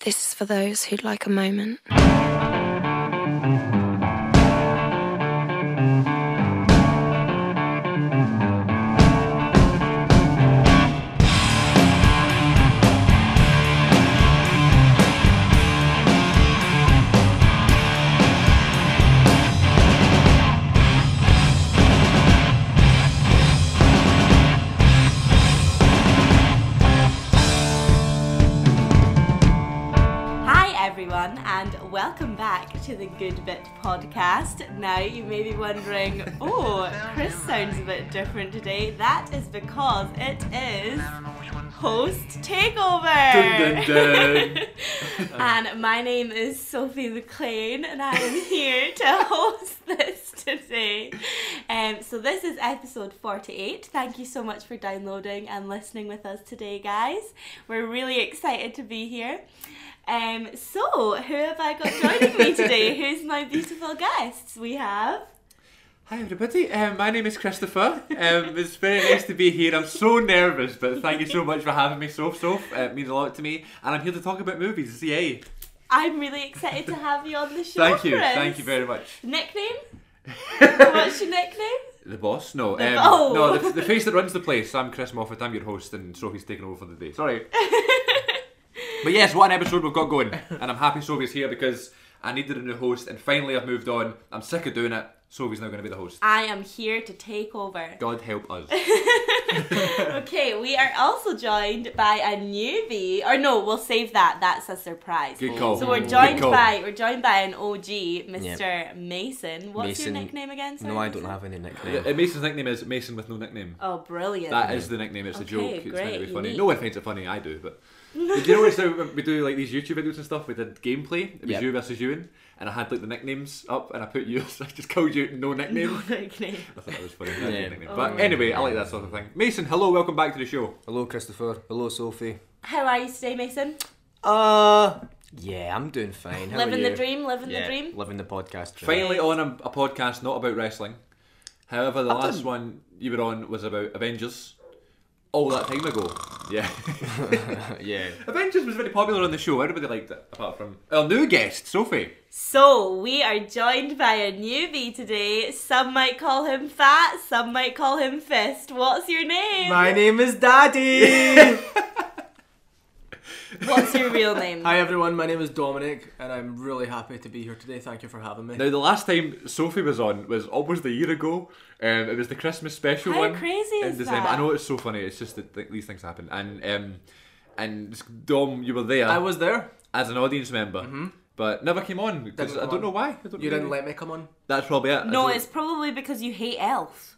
This is for those who'd like a moment. Hi, everyone, and welcome back to the Good Bit podcast. Now, you may be wondering, oh, Chris sounds a bit different today. That is because it is host takeover. Dun, dun, and my name is Sophie McLean, and I am here to host this today. Um, so, this is episode 48. Thank you so much for downloading and listening with us today, guys. We're really excited to be here. Um, so, who have I got joining me today? Who's my beautiful guests? We have. Hi everybody, um, my name is Christopher. Um, it's very nice to be here. I'm so nervous, but thank you so much for having me, Soph Soph. Uh, It means a lot to me, and I'm here to talk about movies. Yay! I'm really excited to have you on the show. Thank you, Chris. thank you very much. Nickname? What's your nickname? The boss? No, um, The bo- no, the, the face that runs the place. I'm Chris Moffat. I'm your host, and Sophie's taking over for the day. Sorry. but yes, what an episode we've got going, and I'm happy Sophie's here because I needed a new host, and finally I've moved on. I'm sick of doing it. Sophie's now going to be the host. I am here to take over. God help us. Okay, we are also joined by a newbie. Or no, we'll save that. That's a surprise. Good call. So we're Good joined call. by we're joined by an OG, Mr. Mason. What's Mason- your nickname again? Sorry, No, I Mason? don't have any nickname. Uh, Mason's nickname is Mason with no nickname. Oh, brilliant! That is the nickname. It's a Okay, joke. It's meant to great, be funny. unique. No one finds it funny. I do, but But do you notice how we do like these YouTube videos and stuff? We did gameplay. It was Yep. you versus Ewan, and I had like the nicknames up, and I put you. I just called you no nickname. No nickname. I thought that was funny. That'd be a Yeah. nickname. Oh. But anyway, I like that sort of thing. Mason, hello, welcome back to the show. Hello, Christopher. Hello, Sophie. How are you today, Mason? Uh, yeah, I'm doing fine. How are living you? the dream. Living Yeah, the dream. Living the podcast dream. Finally on a, a podcast not about wrestling. However, the I've last done- one you were on was about Avengers. All that time ago. Yeah. yeah. Avengers was very popular on the show. Everybody liked it, apart from our new guest, Sophie. So, we are joined by a newbie today. Some might call him Fat, some might call him Fist. What's your name? My name is Daddy. What's your real name? Hi everyone, my name is Dominic, and I'm really happy to be here today. Thank you for having me. Now, the last time Sophie was on was almost a year ago. Um, it was the Christmas special How one. crazy in is December. that? I know it's so funny. It's just that like, these things happen. And um, and Dom, you were there I was there. as an audience member, but never came on because Mm-hmm. Didn't I come don't on. know why. I don't You know. Mm-hmm. didn't let me come on. That's probably it. I no, don't- it's probably because you hate Elf.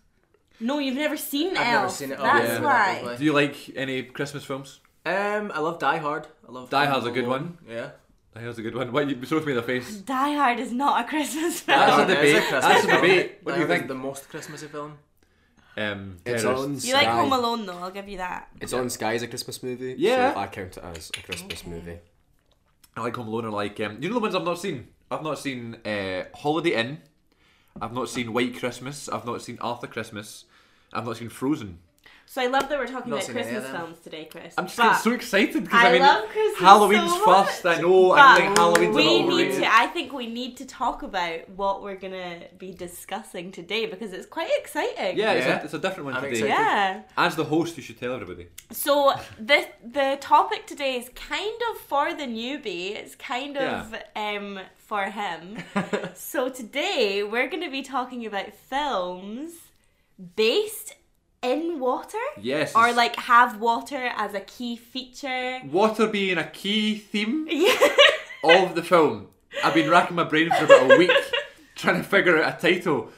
No, you've never seen I've Elf. never seen it. Oh, That's yeah. why. Do you like any Christmas films? Um, I love Die Hard. I love Die Hard's Home a good Alone. Yeah. Here's a good one. What you showed me the face. Die Hard is not a Christmas film. That's a Hard is debate. Christmas That's a film. debate. What Die do you Hard is think? The most Christmassy film. Um, It's terrorist. on. you like Sky. Home Alone though, I'll give you that. It's on Sky as a Christmas movie. Yeah. So I count it as a Christmas movie. I like Home Alone. I like um, you know the ones I've not seen. I've not seen uh, Holiday Inn. I've not seen White Christmas. I've not seen Arthur Christmas. I've not seen Frozen. So I love that we're talking about Not seen any of Christmas them. films today, Chris. I'm just but getting so excited because I I, mean love Christmas Halloween's so much, first. I know. I but think Halloween's a we little need overrated. to. I think we need to talk about what we're gonna be discussing today because it's quite exciting. Yeah, it's, Yeah. a, it's a different one I'm today. excited. Yeah. As the host, you should tell everybody. So the the topic today is kind of for the newbie. It's kind of um for him. so today we're going to be talking about films based in water Yes. or it's like have water as a key feature. water being a key theme Yeah. of the film. I've been racking my brain for about a week trying to figure out a title.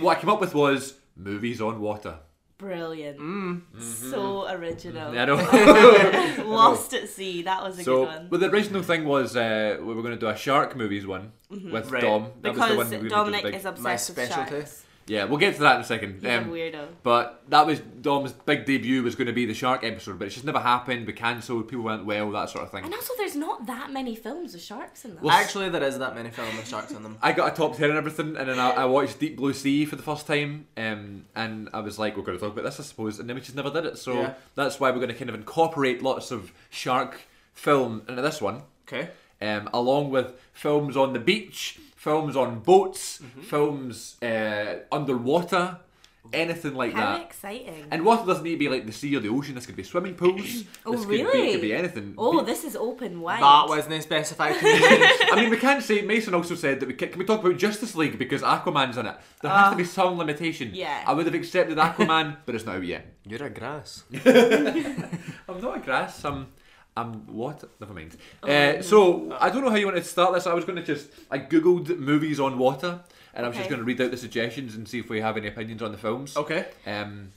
What I came up with was movies on water. Brilliant. So original. Mm-hmm. I know. Lost at sea. That was a So, good one. well, the original thing was uh, we were going to do a shark movies one with Right. Dom. That Mm-hmm. Because was the one we were gonna do Dominic big- is obsessed My with specialty. sharks. Yeah, we'll get to that in a second. He's Um, a weirdo. but that was Dom's big debut was going to be the shark episode, but it's just never happened. We cancelled. People went well, that sort of thing. And also, there's not that many films with sharks in them. Well, Actually, there is that many films with sharks in them. I got a top ten and everything, and then I, I watched Deep Blue Sea for the first time, um, and I was like, "We're going to talk about this, I suppose," and then we just never did it. So Yeah. that's why we're going to kind of incorporate lots of shark film into this one. Okay. um, along with films on the beach, films on boats, films uh, underwater, anything like How that. exciting. And water doesn't need to be like the sea or the ocean. This could be swimming pools. Oh, this could be, really? could be anything. oh, Be- this is open wide. That wasn't specified to me. I mean, we can't say. Mason also said that we can, can we talk about Justice League because Aquaman's in it. There has to be some limitation. Uh, Yeah. I would have accepted Aquaman, but it's not out yet. You're a grass. I'm not a grass. I'm. I'm what? Never mind. Uh, so I don't know how you want to start this. I was going to just I googled movies on water, and I was just Okay. going to read out the suggestions and see if we have any opinions on the films. okay. Um,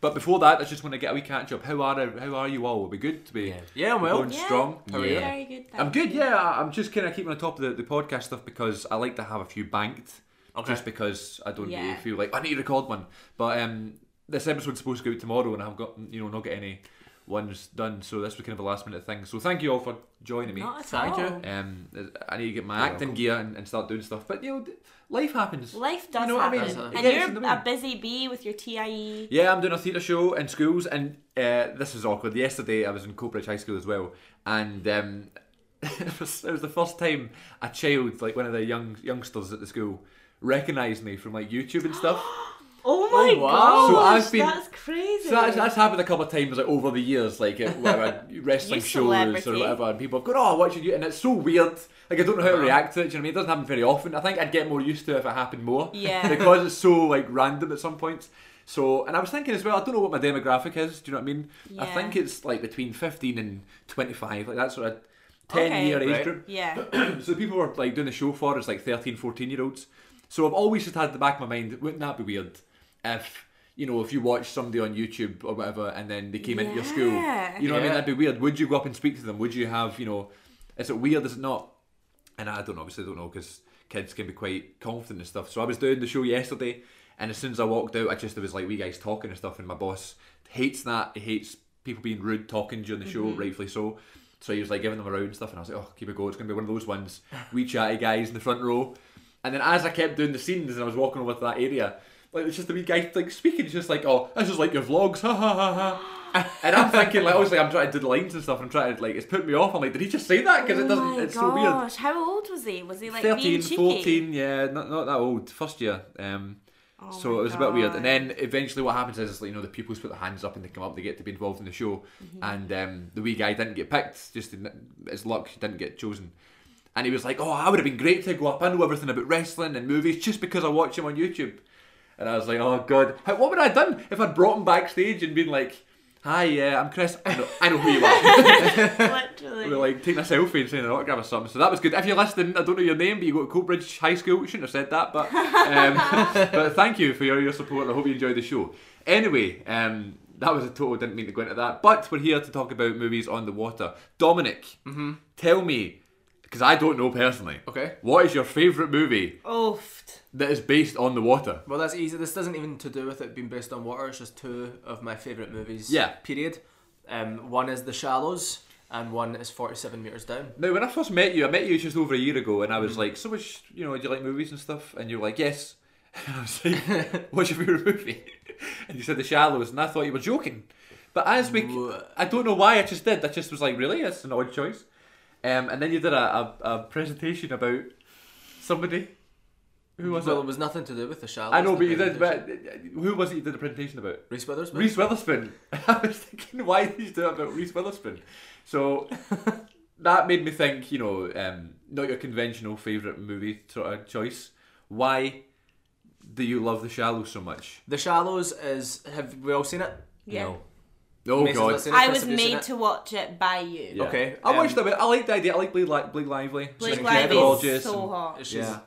but before that, I just want to get a wee catch up. How are how are you all? Are we good? To be Yeah. Yeah, I'm going well. Yeah. strong. How are You're you? Yeah. Very good. Oh, I'm thank good. you. Yeah, I- I'm just kind of keeping on top of the, the podcast stuff because I like to have a few banked, Okay. just because I don't really Yeah. feel like I need to record one. But um, this episode's supposed to go out tomorrow, and I've got you know not get any ones done, so this was kind of a last minute thing. So thank you all for joining me. Not at Thank you. all. Um, I need to get my acting gear and, and start doing stuff, but you know, life happens. Life does know what I happen, mean? Does and happen. Yes, you're I mean. a busy bee with your E. TIE. Yeah, I'm doing a theatre show in schools, and uh, this is awkward. Yesterday, I was in Coatbridge High School as well, and um, it, was, it was the first time a child, like one of the young youngsters at the school, recognised me from like YouTube and stuff. Oh my wow. gosh, So I've been- that's crazy. so that's, that's happened a couple of times like over the years, like at whatever, wrestling You shows or celebrity. whatever, and people have gone, "Oh, watching you," and it's so weird. Like I don't know how to Uh-huh. react to it. Do you know what I mean? It doesn't happen very often. I think I'd get more used to it if it happened more. Yeah. because it's so like random at some points. So, and I was thinking as well. I don't know what my demographic is. Do you know what I mean? I Yeah. think it's like between fifteen and twenty-five. Like that's sort of ten Okay. year age Right. group. yeah. so the people were like doing the show for is like 13, 14 year olds. So I've always just had the back of my mind, wouldn't that be weird if you know if you watch somebody on YouTube or whatever and then they came into your school, you know Yeah. what I mean? Yeah. That'd be weird. Would you go up and speak to them? Would you have you know? Is it weird? Is it not? And I don't know, obviously I don't know because kids can be quite confident and stuff. So I was doing the show yesterday, and as soon as I walked out, I just there was like wee guys talking and stuff, and my boss hates that. He hates people being rude talking during the show, rightfully so. So he was like giving them a round and stuff, and I was like, oh, keep it going. It's gonna be one of those ones, wee chatty guys in the front row. And then as I kept doing the scenes and I was walking over to that area, like it's just the wee guy like speaking, he's just like, oh, this is like your vlogs, ha ha ha ha. And I'm thinking, like, obviously, I'm trying to do the lines and stuff. and I'm trying to, like, it's put me off. I'm like, did he just say that? Because oh it doesn't, my it's so weird. gosh, how old was he? Was he like being 13, cheeky? 14, yeah, not, not that old, first year. Um, Oh so my it was a bit weird. God. And then eventually what happens is, is like, you know, the pupils put their hands up and they come up, they get to be involved in the show. Mm-hmm. And um, the wee guy didn't get picked, just in his luck, he didn't get chosen. And he was like, oh, I would have been great to go up. I know everything about wrestling and movies just because I watch him on YouTube. And I was like, oh, God. How, what would I have done if I'd brought him backstage and been like, hi, yeah, I'm Chris. I know, I know who you are. literally. We were like taking a selfie and saying an autograph or something. So that was good. If you're listening, I don't know your name, but you go to Coatbridge High School. You shouldn't have said that, but um, but thank you for your, your support. I hope you enjoyed the show. Anyway, um, that was a total. Didn't mean to go into that, but we're here to talk about movies on the water. Dominic, tell me, because I don't know personally. Okay. What is your favourite movie Oofed. that is based on the water? Well, that's easy. This doesn't even to do with it being based on water. It's just two of my favourite movies. Yeah. Period. Um, one is The Shallows, and one is Forty Seven Meters Down. Now, when I first met you, I met you just over a year ago, and I Mm-hmm. was like, "So much, you know, do you like movies and stuff?" And you're like, "Yes." And I was like, "What's your favorite movie?" And you said The Shallows, and I thought you were joking. But as we, Wha- I don't know why I just did. I just was like, "Really? That's an odd choice." Um, and then you did a, a, a presentation about somebody. Who was well, it? was nothing to do with The Shallows. I know, the but you did. presentation. But who was it you did a presentation about? Reese Witherspoon. Reese Witherspoon. I was thinking, why did you do it about Reese Witherspoon? So that made me think, you know, um, not your conventional favourite movie sort of choice. Why do you love The Shallow so much? The Shallows is. Have we all seen it? Yeah. No. Oh Mason's not God! seen it, I Chris, was have you seen made it? to watch it by you. Yeah. Okay, I watched um, it. I like the idea. I like Blake, Li- Blake Lively. She's Blake an Lively archaeologist is so and- hot. She's, Yeah,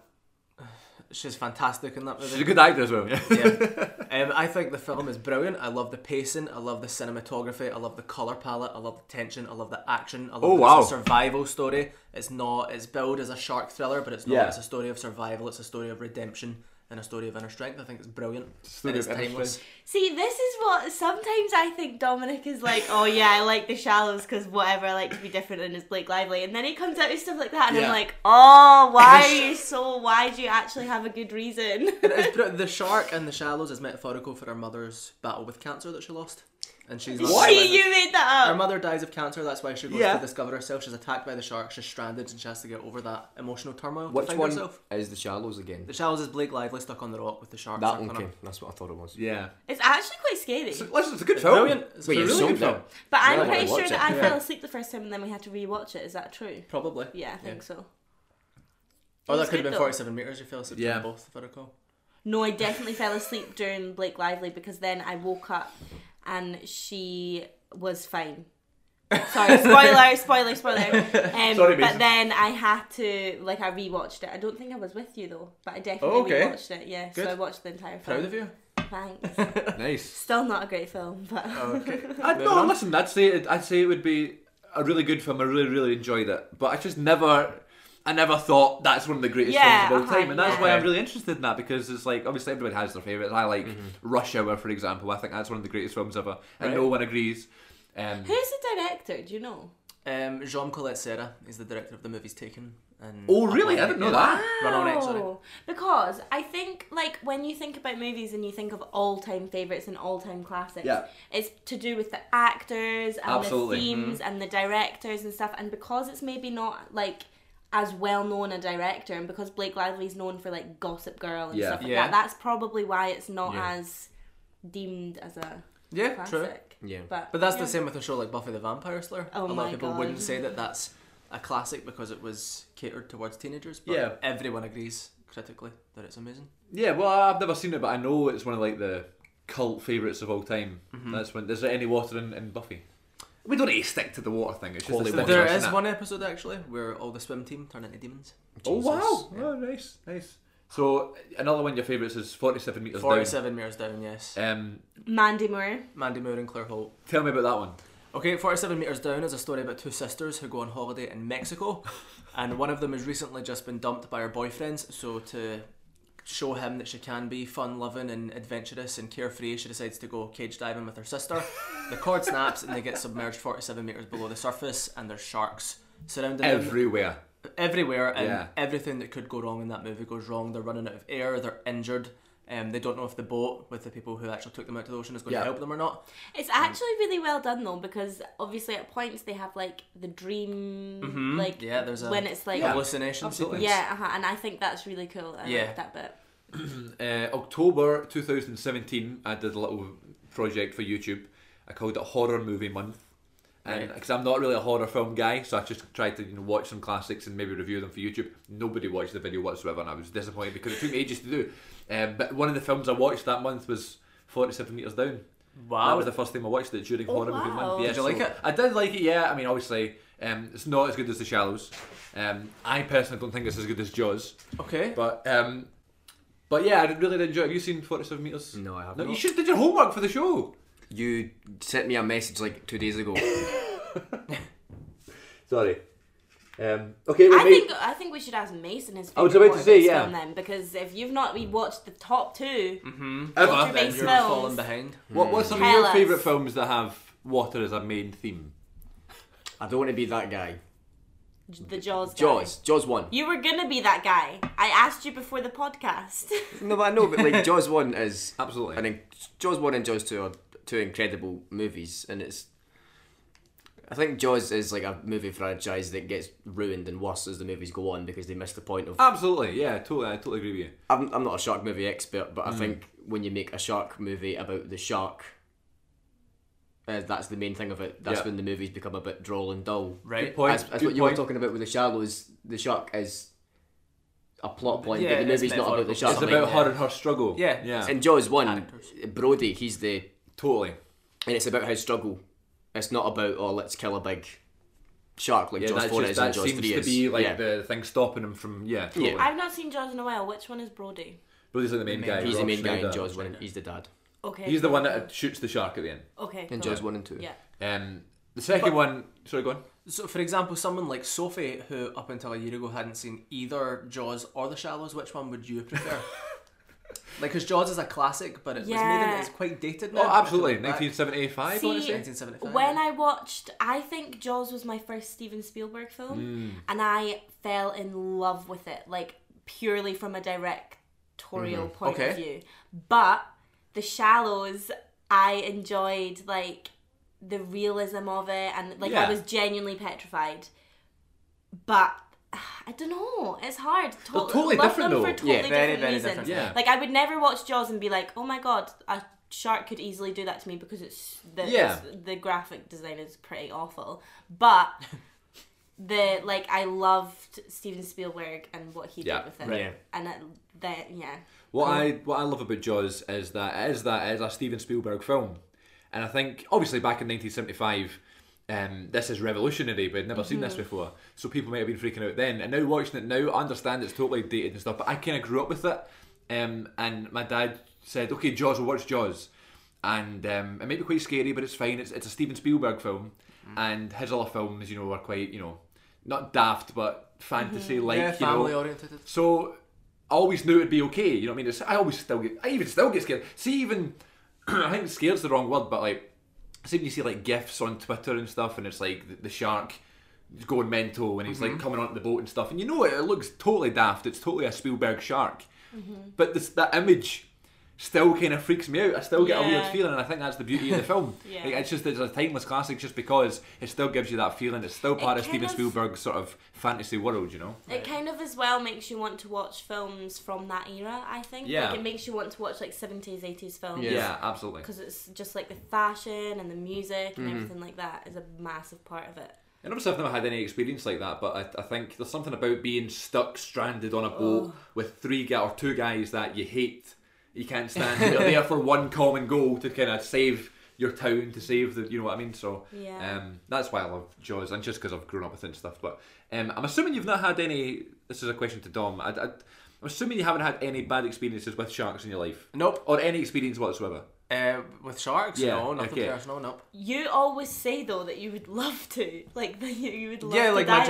she's fantastic in that movie. she's a good actor as well. Yeah. yeah. Um, I think the film is brilliant. I love the pacing. I love the cinematography. I love the color palette. I love the tension. I love the action. I love Oh, that it's a wow. survival story. It's not. It's billed as a shark thriller, but it's not. Yeah. It's a story of survival. It's a story of redemption and a story of inner strength. I think it's brilliant. story and it's of inner timeless. See, this is what sometimes I think Dominic is like, oh yeah, I like the shallows because whatever, I like to be different and it's Blake Lively. And then he comes out with stuff like that and Yeah. I'm like, oh, why are you so, why do you actually have a good reason? It's br- the shark in the shallows is metaphorical for her mother's battle with cancer that she lost. and she's not there with She, us. you made that Her up. mother dies of cancer. That's why she goes Yeah. to discover herself. She's attacked by the shark. She's stranded, and she has to get over that emotional turmoil. Which to find one Herself. is the shallows again? The shallows is Blake Lively stuck on the rock with the shark. That sucking one came. her. That's what I thought it was. Yeah. It's actually quite scary. So, listen, it's a good It's film. brilliant. It's But a you really sold good film. that. But I'm Really? pretty Watch sure it. that I Yeah. fell asleep the first time and then we had to rewatch it. Is that true? Probably. Yeah, I think Yeah. so. Or that It's could have good been though. 47 meters. You fell asleep Yeah. yeah. both, if I recall. No, I definitely fell asleep during Blake Lively because then I woke up and she was fine. Sorry, spoiler, spoiler, spoiler. Um, Sorry, but Mason. then I had to like I rewatched it. I don't think I was with you though, but I definitely Oh, okay. rewatched it. Yeah, Good. so I watched the entire film. Proud of you. Thanks. Nice. Still not a great film, but Oh, Okay. I'd, Moving no, on. listen. I'd say it, I'd say it would be a really good film. I really, really enjoyed it, but I just never, I never thought that's one of the greatest Yeah, films of all uh-huh, time, and that's yeah. why I'm really interested in that because it's like obviously everybody has their favorites. I like Rush Hour, for example. I think that's one of the greatest films ever, and Right. no one agrees. Um, who's the director? Do you know? Um, Jean Colette Serra is the director of the movies Taken. And oh, really? I didn't Upland. know Yeah. that. Run on it, sorry. Wow. Because I think, like, when you think about movies and you think of all time favourites and all time classics, Yeah. it's to do with the actors and Absolutely. Mm-hmm. the themes and the directors and stuff. And because it's maybe not, like, as well known a director, and because Blake Lively's known for, like, Gossip Girl and Yeah. stuff like Yeah. that, that's probably why it's not Yeah. as deemed as a Yeah, classic. true. Yeah. But, But that's yeah. the same with a show like Buffy the Vampire Slayer. Oh a lot my of people God. wouldn't say that that's a classic because it was catered towards teenagers. But Yeah. everyone agrees critically that it's amazing. Yeah. Well, I've never seen it, but I know it's one of like the cult favorites of all time. That's when. Is there any water in, in Buffy? We don't need to stick to the water thing. It's just Holy a water. stimulus, there is isn't it? one episode actually where all the swim team turn into demons. Oh wow! Jesus. Oh, nice, nice. So another one of your favourites is forty-seven meters Forty-seven meters down. Yes. down. Um, Mandy Moore. Mandy Moore and Claire Holt. tell me about that one. Okay, 47 Meters Down is a story about two sisters who go on holiday in Mexico, and one of them has recently just been dumped by her boyfriends. So, to show him that she can be fun loving and adventurous and carefree, she decides to go cage diving with her sister. The cord snaps, and they get submerged 47 meters below the surface, and there's sharks surrounding them Everywhere. everywhere, and Yeah. everything that could go wrong in that movie goes wrong. They're running out of air, they're injured. Um, they don't know if the boat with the people who actually took them out to the ocean is going Yeah. to help them or not. It's actually really well done though, because obviously at points they have like the dream, like Mm-hmm. Yeah, there's a when it's like yeah, hallucination Absolutely. sequence. uh-huh, and I think that's really cool. I Yeah. like that bit. Uh, October 2017, I did a little project for YouTube. I called it Horror Movie Month. And Right. because I'm not really a horror film guy, so I just tried to you know, watch some classics and maybe review them for YouTube. Nobody watched the video whatsoever, and I was disappointed because it took me ages to do. Um, but one of the films I watched that month was 47 Meters Down. Wow. That was the first time I watched it during Oh, horror movie wow. month. Yeah, Did you like so it? I did like it. Yeah, I mean, obviously, um, it's not as good as The Shallows. Um, I personally don't think it's as good as Jaws. okay. But um, but yeah, I really did enjoy. it. Have you seen Forty Seven Meters? No, I have No, not. you should did your homework for the show. You sent me a message like two days ago. Sorry. Um, okay, I think I think we should ask Mason his. I was favourite about to say, Warriors yeah. film then because if you've not Mm. we watched the top 2 Mm-hmm. Ever. Then You're smells. falling behind. What what's some Tell of your us. favourite films that have water as a main theme? I don't want to be that guy. the Jaws. guy. Jaws. Jaws one. You were gonna be that guy. I asked you before the podcast. No, but I know, but like Jaws one is Absolutely. and Jaws one and Jaws two are two incredible movies, and it's. I think Jaws is like a movie franchise that gets ruined and worse as the movies go on because they miss the point of. Absolutely, yeah, totally, I totally agree with you. I'm, I'm not a shark movie expert, Mm. but I think when you make a shark movie about the shark, uh, that's the main thing of it. That's Yeah. when the movies become a bit droll and dull. Right. Point. That's, that's good what you point. were talking about with the Shallows. The shark is a plot point, Yeah, but the it's movie's not about the metaphorical. shark. It's something, about yeah. her and her struggle. Yeah. yeah, In Jaws one, Characters. Brody, he's the totally. and it's about his struggle. It's not about oh let's kill a big shark like Yeah, Jaws that's four just- is and that Jaws seems three to is. be like yeah. the thing stopping him from yeah. Totally. Yeah. I've not seen Jaws in a while. Which one is Brody? Brody's like the main guy. he's the Rob main guy in Schneider. Jaws one. He's the dad Okay. He's the one that shoots the shark at the end. Okay. in cool. Jaws one and two. Yeah. Um, the second But- one. Sorry, go on. So, for example, someone like Sophie, who up until a year ago hadn't seen either Jaws or The Shallows, which one would you prefer? like, because Jaws is a classic, but it was made Yeah. and it's quite dated now. Oh, absolutely. If you look back. 1975. I See, want to say. 1975, when yeah. I watched, I think Jaws was my first Steven Spielberg film, and I fell in love with it, like purely from a directorial point Okay. of view. But The Shallows, I enjoyed like the realism of it, and like Yeah. I was genuinely petrified. But I don't know. It's hard. To- Well, totally love different, them for though. totally Yeah, different very, very reasons. different. Yeah. Like I would never watch Jaws and be like, oh my god, a shark could easily do that to me because it's the Yeah. it's- the graphic design is pretty awful. But the like I loved Steven Spielberg and what he Yeah, did with it. right. Yeah. And that, that yeah. What I what I love about Jaws is that it is that it is a Steven Spielberg film, and I think obviously back in 1975, um, this is revolutionary. We'd never seen Mm-hmm. this before, so people might have been freaking out then. And now watching it now, I understand it's totally dated and stuff, but I kind of grew up with it. Um, and my dad said, "Okay, Jaws, we'll watch Jaws," and um, it may be quite scary, but it's fine. It's it's a Steven Spielberg film, Mm. and his other films, you know, are quite you know not daft but fantasy like Mm-hmm. yeah, you know family oriented. so I always knew it'd be okay. You know what I mean? It's, I always still get, I even still get scared. See, even I think scared's the wrong word, but like, see when you see like gifs on Twitter and stuff, and it's like the, the shark is going mental and he's Mm-hmm. like coming onto the boat and stuff, and you know it, it looks totally daft. It's totally a Spielberg shark, Mm-hmm. but this, that image. Still, kind of freaks me out. I still get a weird Yeah. feeling, and I think that's the beauty of the film. Yeah. Like, it's just it's a timeless classic, just because it still gives you that feeling. It's still part of kind Steven of- Spielberg's sort of fantasy world, you know. It kind of as well makes you want to watch films from that era, I think. Yeah. Like it makes you want to watch like 70s, 80s films. Yeah. yeah absolutely. Because it's just like the fashion and the music Mm-hmm. and everything like that is a massive part of it. And obviously, I've never had any experience like that, but I, I think there's something about being stuck, stranded on a boat with three guy or two guys that you hate, you can't stand. You're there for one common goal to kind of save your town, to save the, you know what I mean. So Yeah. um, that's why I love Jaws, and just because I've grown up with it and stuff. But um, I'm assuming you've not had any. This is a question to Dom. I, I, I'm assuming you haven't had any bad experiences with sharks in your life, Nope. or any experience whatsoever. Uh, with sharks? Yeah, no, nothing okay. personal. Nope. You always say though that you would love to. Like that you, you would love yeah, to like my die that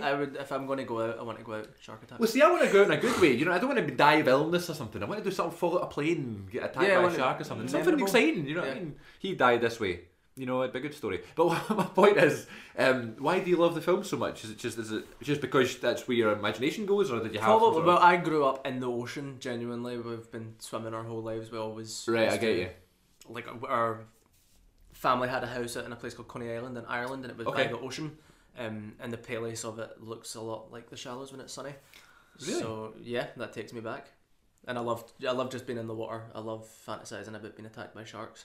way. I would if I'm going to go out, I want to go out shark attack. Well, see, I want to go out in a good way. You know, I don't want to die of illness or something. I want to do something, fall out a plane, get attacked Yeah, by I a want it shark or something. Something memorable. exciting. You know what I Yeah. mean? He died this way. You know, it'd be a good story. But what- my point is, um, why do you love the film so much? Is it just is it just because that's where your imagination goes, or did you have some Probably. sort Well, of- I grew up in the ocean. Genuinely, we've been swimming our whole lives. We always Right, I used get to- you. Like uh, our family had a house out in a place called Coney Island in Ireland, and it was Okay. by the ocean. Um, and the paleness of it looks a lot like the shallows when it's sunny. Really? So yeah, that takes me back. And I love, I love just being in the water. I love fantasizing about being attacked by sharks.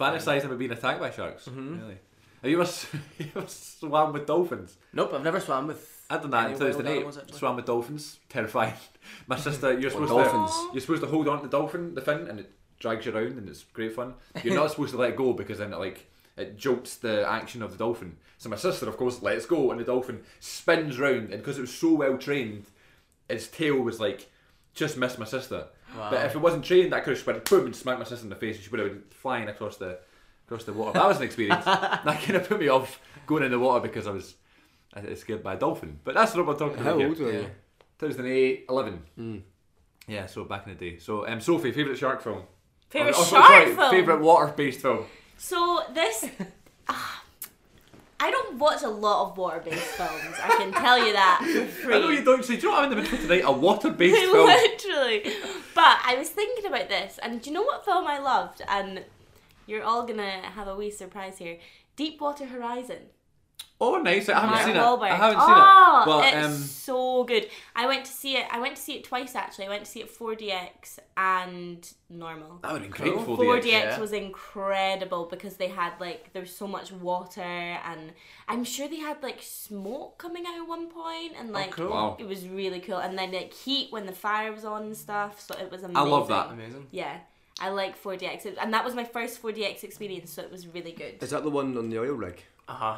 Fantasizing about being attacked by sharks. Mm-hmm. Really? Have you ever, s- you ever swam with dolphins? Nope, I've never swam with. I done that any in wild 2008. animals, actually. Swam with dolphins. Terrifying. My sister, you're Or supposed to. dolphins. Aw. You're supposed to hold on to the dolphin, the fin, and it drags you around, and it's great fun. You're not supposed to let it go because then it like it jolts the action of the dolphin. So my sister, of course, lets go, and the dolphin spins round, and because it was so well trained, its tail was like just missed my sister. But if it wasn't trained, I could have just went boom and smacked my sister in the face, and she would have been flying across the across the water. That was an experience. that kind of put me off going in the water because I was. I was scared by a dolphin, but that's not what we're talking How about. here. old were Hmm. Yeah. you? 2008, 11. Yeah, so back in the day. So, um, Sophie, favourite shark film? Favourite Oh, shark sorry, film. Favourite water based film? So this, Ah, I don't watch a lot of water-based films. I can tell you that for free. I know you don't say, do you know what I'm in the middle of tonight? A water based film. Literally. But I was thinking about this, and do you know what film I loved? And you're all gonna have a wee surprise here. Deepwater Horizon. Oh, nice. I haven't Mark seen Wahlberg. it. I haven't oh, seen it. But, it's um, so good. I went to see it. I went to see it twice actually. I went to see it 4DX and normal. that would have been great for 4DX the yeah. was incredible because they had like there was so much water and I'm sure they had like smoke coming out at one point and like cool. Oh, Wow. it was really cool and then like heat when the fire was on and stuff so it was amazing. I love that. Amazing. Yeah. I like 4DX It- and that was my first 4DX experience so it was really good. Is that the one on the oil rig? Uh huh.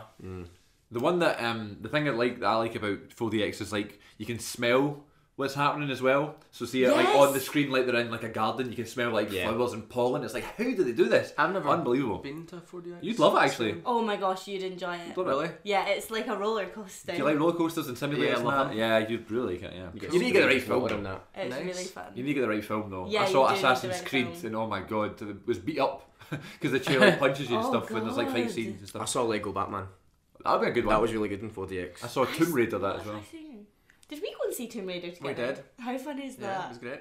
The one that, um, the thing I like, that I like about 4DX is like, you can smell what's happening as well. So, see it like Yes. on the screen, like they're in like a garden, you can smell like Yeah. flowers and pollen. It's like, how do they do this? I've never Unbelievable. been to 4DX. You'd love it, actually. Oh my gosh, you'd enjoy it. Love it. Really? Yeah, it's like a roller coaster. Do you like roller coasters and simulators? Yeah, I and love that? them. Yeah, you really can. Yeah, you, get need to get the right screwed film. with Though. on that. it's Nice. really fun. You need to get the right film though. Yeah, I you saw do need the Assassin's right Creed film. and oh my god, it was beat up because the trailer punches you and Oh stuff when there's like fight God. scenes and I stuff. saw Lego Batman. That'd be a good one. That was really good in 4DX. I saw Tomb Raider that as What well. have I seen? Did we go and see Tomb Raider together? did. How fun is Yeah, it that? was great.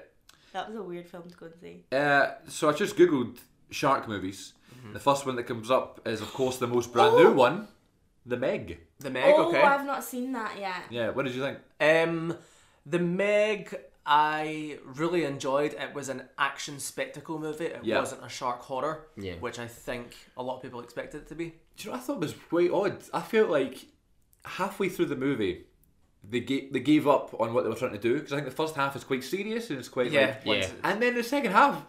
That was a weird film to go and see. Uh, so I just googled shark movies. The first one that comes up is, of course, the most brand new one, The Meg. The Meg, oh, okay. I've not seen that yet. Yeah, what did you think? Um, the Meg, I really enjoyed. It was an action spectacle movie. It Yeah. wasn't a shark horror, Yeah. which I think a lot of people expected it to be. Do you know, I thought it was quite odd. I felt like halfway through the movie, they gave, they gave up on what they were trying to do because I think the first half is quite serious and it's quite Yeah, like, yeah. and then the second half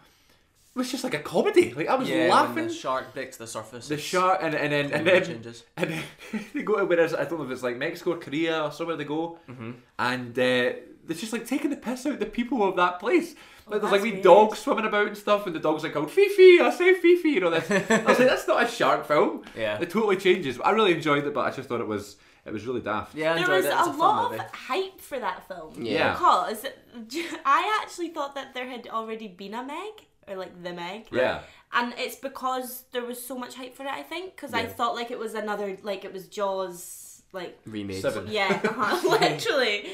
was just like a comedy. Like I was Yeah, when laughing. the shark breaks the surface. The it's- shark and and then and Totally then, changes. and then they go to where is, I don't know if it's like Mexico or Korea or somewhere they go, Mm-hmm. and uh, they're just like taking the piss out the people of that place. Like there's Oh, like that's wee weird. dogs swimming about and stuff, and the dogs are called Fifi. I say Fifi, you know this. I was like, that's not a shark film. Yeah. it totally changes. But I really enjoyed it, but I just thought it was it was really daft. Yeah, I There enjoyed was it. a, It's a, fun lot of movie. hype for that film. Yeah. Because I actually thought that there had already been a Meg, or like the Meg. Yeah. And it's because there was so much hype for it, I think, because I Yeah. thought like it was another, like it was Jaws, like Remade. Seven. Yeah, uh-huh, literally.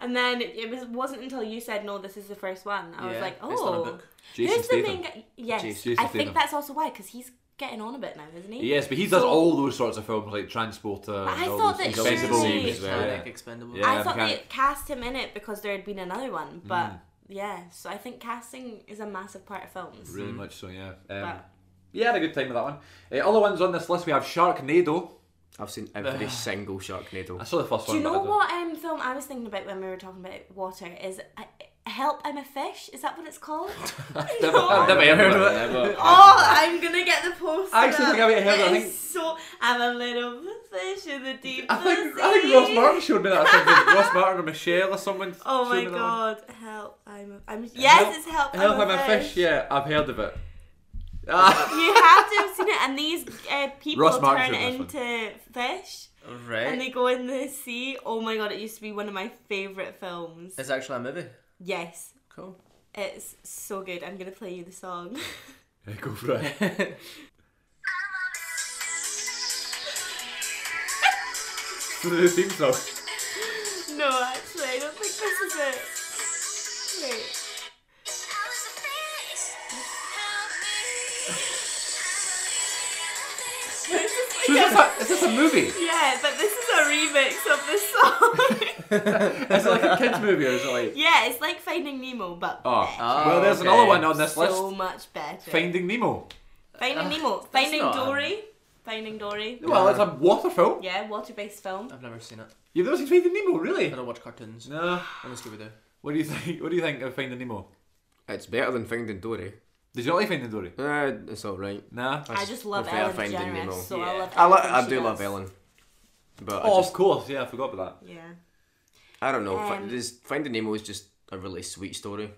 And then it was wasn't until you said no, this is the first one. I was Yeah, like, based on a oh, book. Jason who's the Statham. main guy? Yes, Jas- Jason I think Statham. that's also why because he's getting on a bit now, isn't he? Yes, but he does So- all those sorts of films like Transporter. and I all thought those that things. surely- Expendables Expendables as well, yeah. Titanic, Expendables. Yeah. I thought okay. they cast him in it because there had been another Hmm. one, but yeah. So I think casting is a massive part of films. Really much so, yeah. Um, But- yeah, I had a good time with that one. Uh, other ones on this list, we have Sharknado. I've seen every single Sharknado. I saw the first Do you one. but I know don't- what um, film I was thinking about when we were talking about water is I, Help I'm a Fish? Is that what it's called? Never- I've never heard of it. Never. Oh, I'm gonna get the poster. I actually think I might have it, I It think- is so I'm a little fish in the deep I think, blue I think sea. Ross Martin showed me that. I think it was Ross Martin or Michelle or someone. Oh showed my me that one. god! Help! I'm. A, I'm. Yes, it's help. Help, I'm a fish. Yeah, I've heard of it. Ah, You have to have seen it, and these uh, people Ross turn Martin showed this into fish, and Right. they go in the sea. Oh my god! It used to be one of my favorite films. Uh, It's actually a movie. Yes, Cool. it's so good. I'm gonna play you the song. Yeah, Uh, go for it. It's the theme song. no, actually, I don't think this is it. Wait. This is So is this, a, is this a movie? Yeah, but this is a remix of the song. Is it like a kids movie or is it like? yeah, it's like Finding Nemo, but Oh, Ah, well, there's okay. another one on this so list. much better. Finding Nemo. Finding Nemo, Finding not a- Dory, Finding Dory. Well, it's a water film. Yeah, water-based film. I've never seen it. You've never seen Finding Nemo, really? I don't watch cartoons. No. I'm a Scooby Doo. What do you think? What do you think of Finding Nemo? It's better than Finding Dory. Did you not like Finding Dory? Uh, it's all right. Nah. I just love prefer Ellen Finding DeGeneres, Nemo. so I Yeah. love. I, lo- everything I she do love does. Ellen, but Oh, I, of just, course. Yeah, I forgot about that. Yeah. I don't know. Fi- Um, this Finding Nemo is just a really sweet story.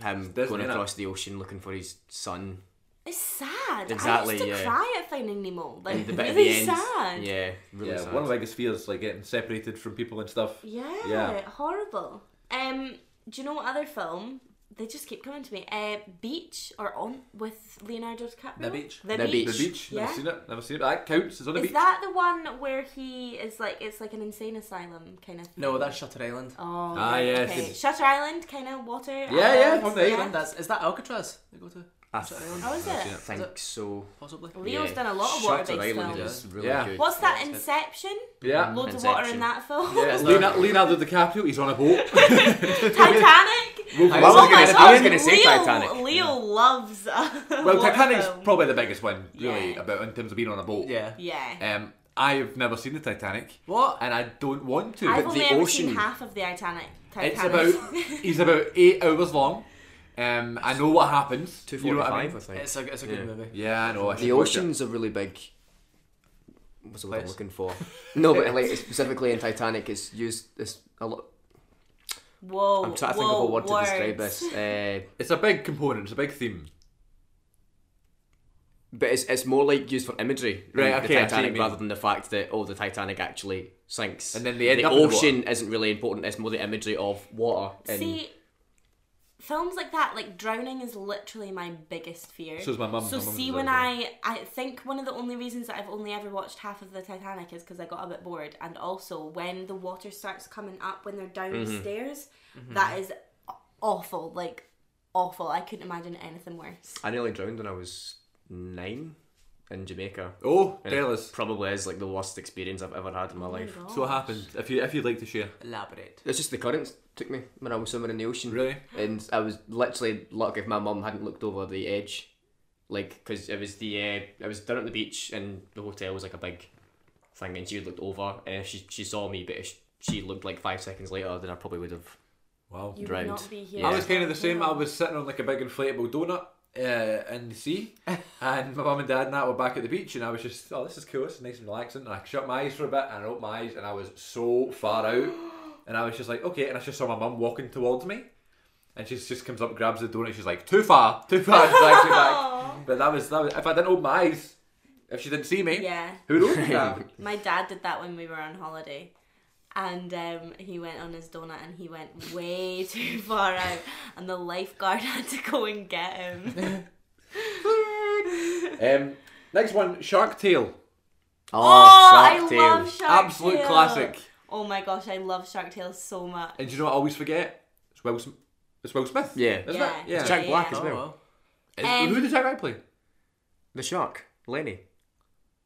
Him Disney, going innit? across the ocean looking for his son. It's sad. I Exactly, used to yeah. cry at Finding Nemo. Like And the bit really at the end. sad. Yeah, really yeah, sad. one of my biggest fears is like getting separated from people and stuff. Yeah, Yeah. horrible. Um, do you know what other film? They just keep coming to me. Uh, Beach or on with Leonardo DiCaprio. The Beach. The, The beach. The beach. Never Yeah. seen it. Never seen it. That counts. It's on the Is beach. that the one where he is like it's like an insane asylum kind of? Thing? No, that's Shutter Island. Oh, Ah, right, yes, Okay. it's- Shutter Island, kind of water. yeah, islands, from the island, That's is that Alcatraz? They go to Ah. I Shutter Island. Oh, is it? Oh, yeah. think so. Possibly. Leo's Yeah. done a lot of Shutter water-based Island films. is really Yeah. good. What's that? That's it. Inception. Yeah. Loads of water in Inception. that film. Yeah, Leonardo, Leonardo DiCaprio, he's on a boat. Titanic. Well, was oh gonna- my I god, was gonna say Leo, Titanic. Leo loves. A well, water Titanic's film. probably the biggest one, really, Yeah. about in terms of being on a boat. Yeah. Yeah. Um, I've never seen the Titanic, What? and I don't want to. I've But only the ever seen ocean- half of the Titanic. Titanic. It's about he's about eight hours long. Um, I know what happens. Two you know what I forty-five, mean? I think. It's a it's a good Yeah. movie. Yeah, I know. I should The watch it. ocean's a really big. What's the word I'm Place. looking for? No, but like specifically in Titanic, it's used. It's a lot. whoa. I'm trying to think whoa, of a word to describe words. this. Uh, It's a big component. It's a big theme. but it's it's more like used for imagery, Right, okay, than I see Mm, what The you Titanic mean. rather than the fact that oh, the Titanic actually sinks. And then they end the up in the ocean isn't really important. It's more the imagery of water. And See, films like that, like drowning, is literally my biggest fear. So is my mum. So My mum's see, a- when I, I think one of the only reasons that I've only ever watched half of the Titanic is because I got a bit bored, and also when the water starts coming up when they're Mm-hmm. downstairs, that is awful. Like awful. I couldn't imagine anything worse. I nearly drowned when I was nine in Jamaica. Oh, And it tell us. Probably is like the worst experience I've ever had in my Oh life. So what happened? If you if you'd like to share, Elaborate. It's just the currents took me when I was somewhere in the ocean. really? and I was literally lucky if my mum hadn't looked over the edge, like because it was the uh, I was down at the beach and the hotel was like a big thing, and she had looked over and if she she saw me, but if she, she looked like five seconds later, then I probably would have. Wow. You drowned. would not be here. Yeah. I was kind of the same. I was sitting on like a big inflatable donut uh, in the sea, and my mum and dad and I were back at the beach, and I was just, oh, this is cool. It's nice and relaxing. And I shut my eyes for a bit, and I opened my eyes, and I was so far out, and I was just like, okay. And I just saw my mum walking towards me, and she just comes up, grabs the donut, she's like, too far, too far, and drags me back. But that was that. Was, if I didn't open my eyes, if she didn't see me, Yeah. who'd open that? My dad did that when we were on holiday. And um, he went on his donut and he went way too far out. And the lifeguard had to go and get him. um, next one, Shark Tale, Oh, I love Shark absolute Tale. classic. Oh my gosh, I love Shark Tale so much. And do you know what I always forget? It's Will Smith. It's Will Smith. Yeah. Isn't Yeah. it? Yeah. Jack Black Oh as well. well. Um, Who did Jack Black play? The shark, Lenny.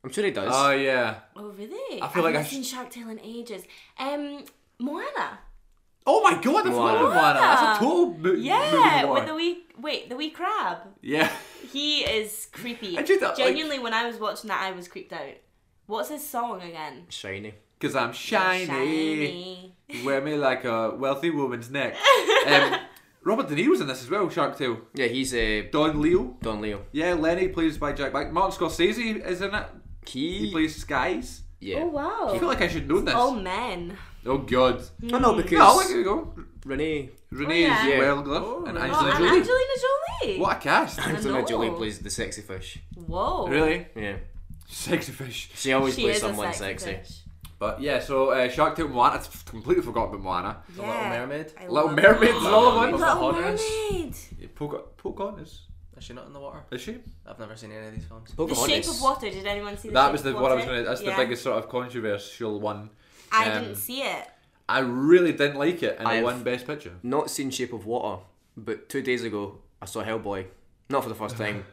I'm sure he does. Oh yeah. Oh really? I feel like I've I not sh- seen Shark Tale in ages. Um, Moana. Oh my god, that's Moana. Moana. Moana. That's a total mo- Yeah, movie with to the watch. wee wait, the wee crab. Yeah. He is creepy. I did that, like- Genuinely, when I was watching that, I was creeped out. What's his song again? Shiny. Because I'm shiny. Shiny. Wear me like a wealthy woman's neck. Um, Robert De Niro's in this as well, Shark Tale. Yeah, he's uh, Don Leo. Don Leo. Yeah, Lenny plays by Jack Black. Martin Scorsese is in it. He, He plays Skies. yeah. Oh I feel wow. like I should know this. All Oh, men. Oh god. No, no, because No, like, here we go. Renee Renee yeah. Yeah. Zellweger and Oh, Oh, Angelina and Jolie. Angelina Jolie. What a cast. Angelina know. Jolie plays the sexy fish. Whoa. really? Yeah, Sexy fish. she always She plays is someone a sexy. sexy. But yeah, so uh, Shark Tale and Moana. I f- completely forgot about Moana. Yeah. Little Mermaid. I Little love Mermaid's that. all in one. Little Pocahontas. Mermaid. Poca- Pocahontas. Is she not in the water? Is she? I've never seen any of these films. Oh, The Shape of Water. Did anyone see the that Shape was the of one I was Water? going to. That's Yeah. the biggest sort of controversial one. I um, didn't see it. I really didn't like it, and I I have- won Best Picture. Not seen Shape of Water, but two days ago I saw Hellboy. Not for the first time,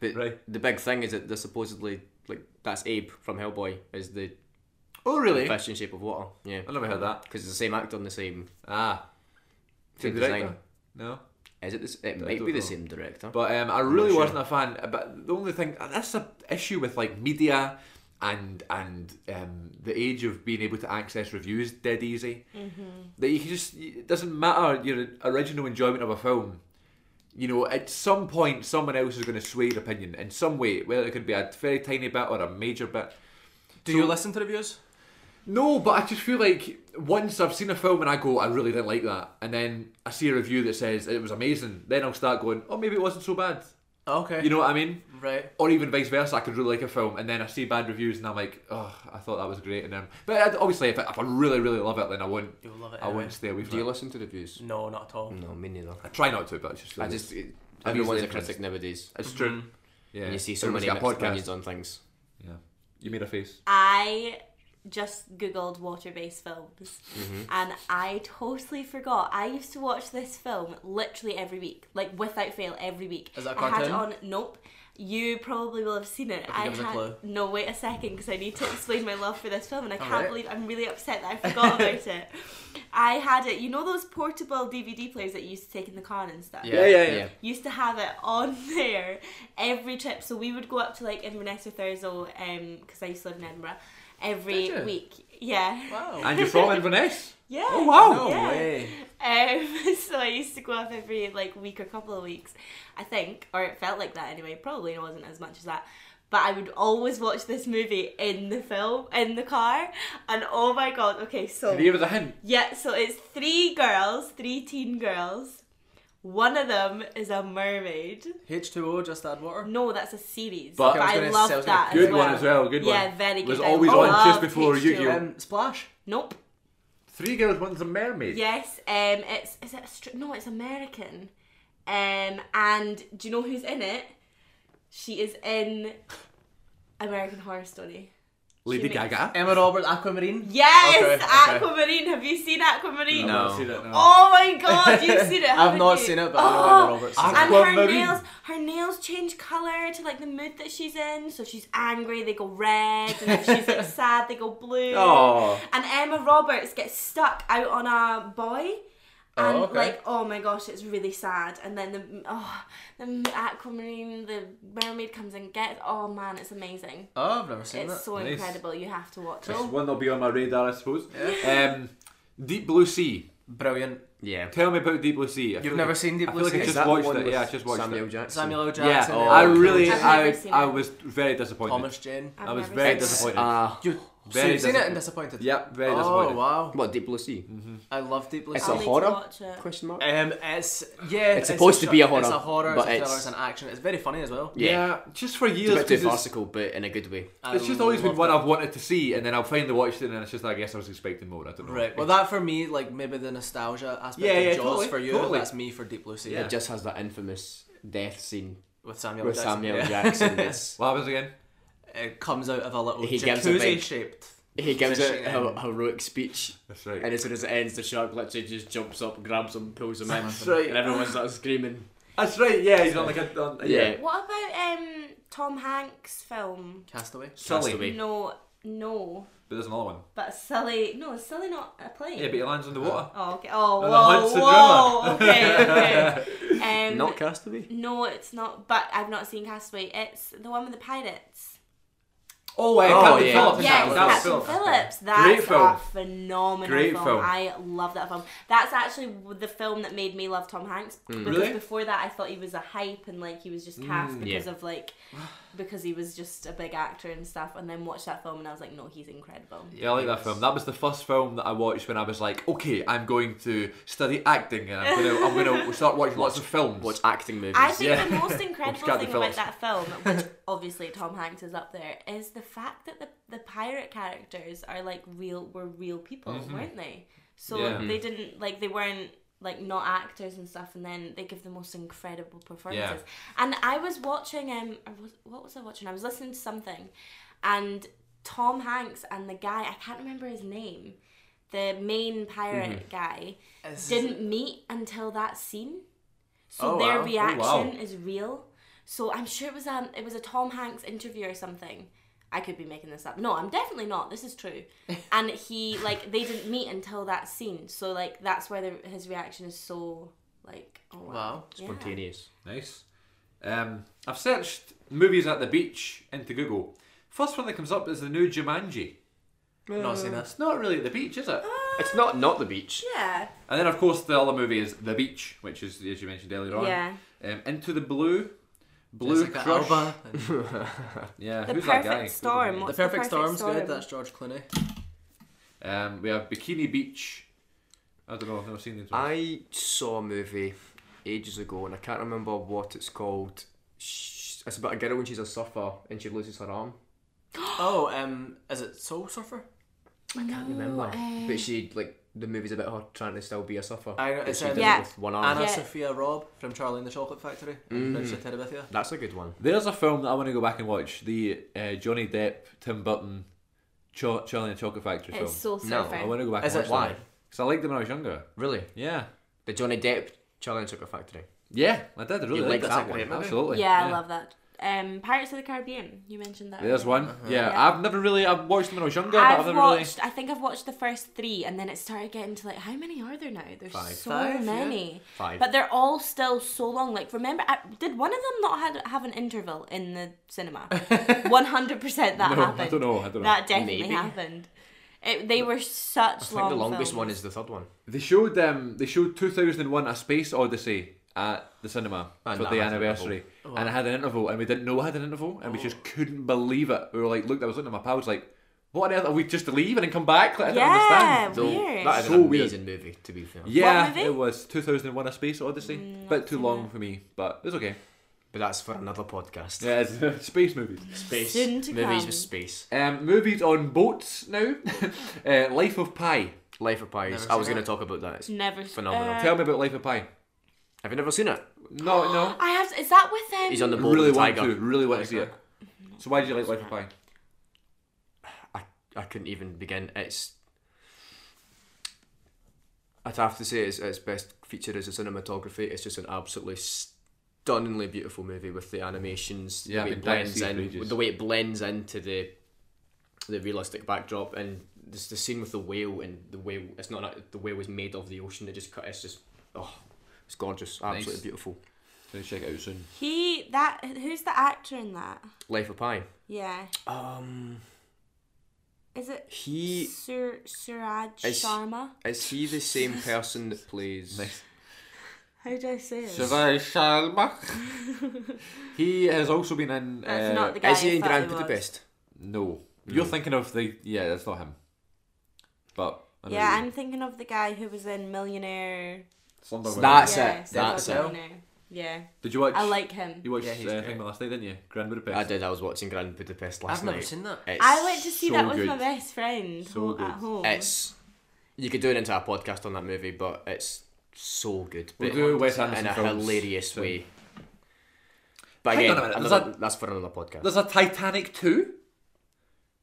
but Right. the big thing is that they're supposedly like that's Abe from Hellboy is the Oh really? I fish in Shape of Water. Yeah, never heard that. because it's the same actor and the same Ah, same Same design. director? no. Is it? This, it I might don't be the know. same director. But um, I really sure. wasn't a fan. But the only thing that's the issue with like media and and um, the age of being able to access reviews dead easy. Mm-hmm. That you can just it doesn't matter your original enjoyment of a film. You know, at some point, someone else is going to sway your opinion in some way, whether it could be a very tiny bit or a major bit. Do So- you listen to reviews? No, but I just feel like once I've seen a film and I go, I really didn't like that, and then I see a review that says it was amazing, then I'll start going, oh, maybe it wasn't so bad. Oh, Okay. You know what I mean? Right. Or even vice versa, I could really like a film and then I see bad reviews and I'm like, oh, I thought that was great. And then, but I- obviously, if I, if I really, really love it, then I won't, You'll love it. I anyway. won't stay away Do from you it. listen to reviews? No, not at all. No, me neither. I try not to, but it's just, I just it, I'm everyone's easily a critic nowadays. it's true. Mm. Yeah, And you see so Everyone's many got a mixed podcast. opinions on things. Yeah, you made a face. I just googled water-based films Mm-hmm. and I totally forgot. I used to watch this film literally every week, like without fail every week. Is that a I had it on cartoon? Nope. You probably will have seen it. Okay, give us a had clue. no wait a second because I need to explain my love for this film and I can't right. believe I'm really upset that I forgot about it. I had it. You know those portable DVD players that you used to take in the car and stuff Yeah, yeah, yeah. used to have it on there every trip. So we would go up to like Inverness or Thurso, um, because I used to live in Edinburgh, every Did you? week. Yeah. Wow. And you're from Inverness? Yeah. Oh, wow. no yeah. way. Um, so I used to go up every like week or couple of weeks, I think, or it felt like that anyway. Probably it wasn't as much as that. But I would always watch this movie in the film, in the car, and oh my god, okay, so. Can you give us a hint? Yeah, so it's three girls, three teen girls. One of them is a mermaid. H2O just add water. No, that's a series. But- But, Okay, I was I, gonna love say- I was gonna- that. Good as well. one as well, good yeah, one. very good. Oh, Was I always love on just before H2O. Yu-Gi-Oh. Um, Splash. Nope. Three girls, one's a mermaid. Yes. Um. It's is it a stri- no? It's American. Um. And do you know who's in it? She is in American Horror Story. Lady She makes- Gaga. Emma Roberts, Aquamarine. Yes, Okay, okay. Aquamarine. Have you seen Aquamarine? No. See that now. Oh my god, you've seen it. I've haven't not you? seen it, but I Oh! know Emma Roberts. is in it. Aqu- And her Aquamarine. nails, her nails change color to like the mood that she's in. So if she's angry, they go red, and if she's like, sad, they go blue. Oh. And Emma Roberts gets stuck out on a boy. Oh, And okay. like, oh my gosh, it's really sad. And then the oh, the aquamarine, the mermaid comes and gets. Oh man, it's amazing. Oh, I've never seen It's that. so Nice. incredible. You have to watch it. It's one that'll be on my radar, I suppose. Um, Deep Blue Sea. Brilliant. Yeah. Tell me about Deep Blue Sea. I feel You've never like seen Deep I Blue feel like I Sea? Is just that the watched one it. with Yeah, I just watched Samuel it. Jackson. Samuel L. Yeah, Jackson. Oh, I Eric really, Clapton, I've never I, seen I it. was very disappointed. Thomas Jane. I've I was never very seen it. disappointed. Uh, You, so Very you've seen it and disappointed. disappointed. Yep, very Oh disappointed. wow! what Deep Blue Sea? I love Deep Blue It's Sea. a I'll need to horror? watch it. Question Uh, mark. Um, it's yeah. It's supposed to be a It's horror, a horror, it's but a thriller, it's- it's an action. It's very funny as well. Yeah. Yeah. just for It's a years. bit too 'cause it's, farcical, but in a good way. I it's just always been Um, love one that. I've wanted to see, and then I've finally watched it, and it's just I guess I was expecting more. I don't know. Right. Well, that for me, like maybe the nostalgia aspect Yeah, of yeah, Jaws totally, for you. totally. That's me for Deep Blue Sea. Yeah. It just has that infamous death scene With Samuel. with Jackson. Samuel Jackson. It's, what happens again? It comes out of a little He gives a jacuzzi big- shaped. he gives a, Fishing. a heroic speech, That's right. and as soon as it ends, the shark literally just jumps up, grabs him, pulls him in, That's right. and everyone starts screaming. That's right. Yeah, he's on like a on, Yeah. What about um Tom Hanks film? Castaway. Sully. Castaway. No, no. But there's another one. But Sully, no, is Sully not a plane? Yeah, but he lands on the water. Oh, okay. Oh, On the Hudson whoa, whoa. Okay, okay. Um, Not Castaway. no, it's not. But I've not seen Castaway. It's the one with the pirates. Oh, uh, Oh, Captain yeah. Phillips. was yeah, that- it's that was Captain Phillips. Phillips. That's Great film. a phenomenal Great film. film. I love that film. That's actually the film that made me love Tom Hanks Hmm. because Really? Hmm, before that I thought he was a hype and like he was just cast because of like because he was just a big actor and stuff. And then watched that film and I was like, no, he's incredible. Yeah, I like that film. That was the first film that I watched when I was like, okay, I'm going to study acting, and I'm gonna I'm gonna start watching lots of films. Watch acting movies. I think Yeah. the most Which incredible got the thing about Phillips. that film, which obviously Tom Hanks is up there, is the fact that the, the pirate characters are like real were real people, weren't they? So Mm-hmm. Yeah. Mm-hmm. they didn't like they weren't like not actors and stuff, and then they give the most incredible performances. And I was watching um, I was, what was I watching? I was listening to something, and Tom Hanks and the guy I can't remember his name, the main Mm-hmm. pirate guy It's- didn't meet until that scene. So Oh, their wow. Oh, reaction wow. is real. So I'm sure it was um it was a Tom Hanks interview or something. I could be making this up. No, I'm definitely not. This is true. And he like they didn't meet until that scene. So like that's why the, his reaction is so like oh, wow. Wow. Yeah. Spontaneous. Nice. Um, I've searched movies at the beach into Google. First one that comes up is the new Jumanji. Not seen that. That's not really at the beach, is it? Ah. It's not not the beach. Yeah. And then, of course, the other movie is The Beach, which is as you mentioned earlier on. Yeah. Um, into the Blue, Blue Jessica Crush. Alba and- Yeah, The who's that guy? perfect Who's storm. the What's Perfect, Storm's storm? good. That's George Clooney. that guy? Um, we have Bikini Beach. I don't know. I've never seen these. ones. I saw a movie ages ago, and I can't remember what it's called. Sh- It's about a girl when she's a surfer and she loses her arm. Oh, um, is it Soul Surfer? I can't remember. eh. But she like the movie's about her trying to still be a surfer. I know, but it's she a- does it Yeah. with one arm. Anna Yeah. Sophia Robb from Charlie and the Chocolate Factory Mm. and Prince of Terabithia. That's a good one. There's a film that I want to go back and watch. The uh, Johnny Depp, Tim Burton, Cho- Charlie and the Chocolate Factory film. It's so No, surfer. I want to go back Is and it- watch Why? Because I liked them when I was younger. Really? Yeah. The Johnny Depp Challenge Sugar Factory. Yeah, my dad really You liked like that that one. great movie? Absolutely. yeah, I love that. Um, Pirates of the Caribbean. You mentioned that. There's earlier. one. Uh-huh. Yeah. Yeah. I've never really. I've watched them when I was younger, but I've I've never watched. I think I've watched the first three, and then it started getting to like, how many are there now? There's Five. so Five, yeah. many, Five. but they're all still so long. Like, remember, I, did one of them not had, have an interval in the cinema? One hundred percent that really. No, happened. I don't know. I don't know. That definitely Maybe. happened. It, they were such I long. think the longest films. one is the third one. They showed um, they showed 2001: A Space Odyssey at the cinema And for that the has an anniversary, and it had an interval, and we didn't know it had an interval, and we just Oh. couldn't believe it. We were like, look, I was looking at my pals, like, what on earth? Are we just to leave and then come back? Like, I don't Yeah, understand. Though weird. That is So an weird. amazing movie, to be fair. Yeah, movie? Mm, it was 2001: A Space Odyssey. Bit too long for me, but it's okay. But that's for another podcast. Yeah, it's space movies. Space. Soon to Movies come. with space. Um, movies on boats now. uh, Life of Pi. Life of Pi. Never I was seen going it. to talk about that. It's- Never Phenomenal. Uh, Tell me about Life of Pi. Have you never seen it? No, no. I have. Is that with them? He's on the boat Really with a want tiger. to. Really want to see it. So why did you like Life of Pi? I I couldn't even begin. It's I'd have to say it's its best feature is the cinematography. It's just an absolutely stunningly beautiful movie with the animations, Yeah, I've the way been it dying to blends see it for in, ages. the way it blends into the the realistic backdrop, and this the scene with the whale and the whale. It's not an- the whale was made of the ocean. It just cut. It's just oh, it's gorgeous, absolutely Nice. beautiful. Gonna check it out soon. He that who's the actor in that? Life of Pi. Yeah, Um, is it he Sur Suraj Is- Sharma? is he the same person that plays? How do I say it? Survive Sharma. he has also been in. That's uh, not the guy. Is he in I thought Grand was. Budapest? No. You're thinking of the. Yeah, that's not him. But. I know Yeah, you- I'm thinking of the guy who was in Millionaire. Slumdog That's yeah, it, Slumdog that's it. Millionaire. Yeah, Did you watch? I like him. You watched Yeah, he's uh, great. thing last night, didn't you? Grand Budapest. I did. I was watching Grand Budapest last I've never night. seen that. It's I went to see so that with my good. best friend So ho- good. at home. It's you could do an entire podcast on that movie, but it's so good. We'll but do Wes Anderson in a films hilarious soon. way. But Hang again, on a minute, there's another- that's for another podcast. There's a Titanic 2?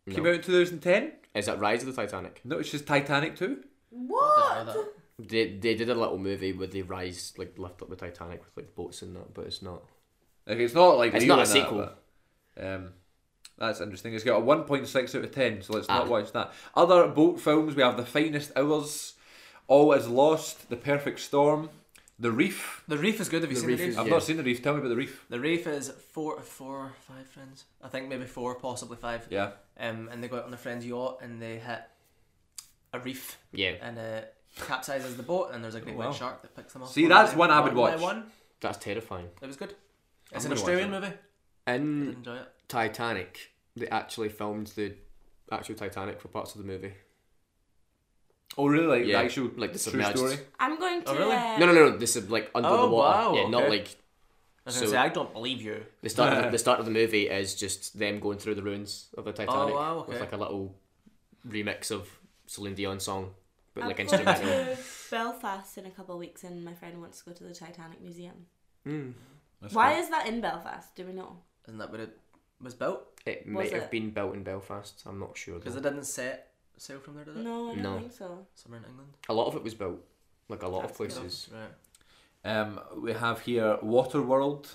Came No. out in 2010? Is that Rise of the Titanic? No, it's just Titanic 2. What? the hell that- They, they did a little movie where they rise like lift up the Titanic with like boats and that, but it's not. Like, it's not like. It's Leo not a and that, sequel. but, um, that's interesting. It's got a 1.6 out of 10, so let's not Ah. watch that. Other boat films, we have The Finest Hours, All Is Lost, The Perfect Storm, The Reef. The Reef is good. Have you The seen The Reef Reef? is- I've Yeah. not seen The Reef. Tell me about The Reef. The Reef is four, four, five friends. I think maybe four, possibly five. Yeah. Um, and they go out on their friend's yacht and they hit a reef Yeah, and it capsizes the boat and there's a great Oh, white wow. shark that picks them up. See, that's by- one I would by watch. One. that's terrifying. It was good. It's I'm an gonna watch Australian it. movie. I did In enjoy it. Titanic, they actually filmed the actual Titanic for parts of the movie. Oh, really? Like Yeah, the actual like the true submerged- story? I'm going to. Oh, really? uh, No, no, no. This is like under Oh, the water. wow, yeah, not okay. like I was gonna So- say, I don't believe you. The start, of the, the start of the movie is just them going through the ruins of the Titanic Oh, wow, okay. with like a little remix of Celine Dion song, but like I'm going instrumental. to Belfast in a couple of weeks, and my friend wants to go to the Titanic Museum. Hmm. That's Why cool. is that in Belfast? Do we know? Isn't that what it was built? It Was might it? have been built in Belfast. I'm not sure. Because Though. it didn't set sail from there, did it? No, I don't No. think so. Somewhere in England. A lot of it was built, like a lot of That's good. places. Right. Um, we have here Waterworld.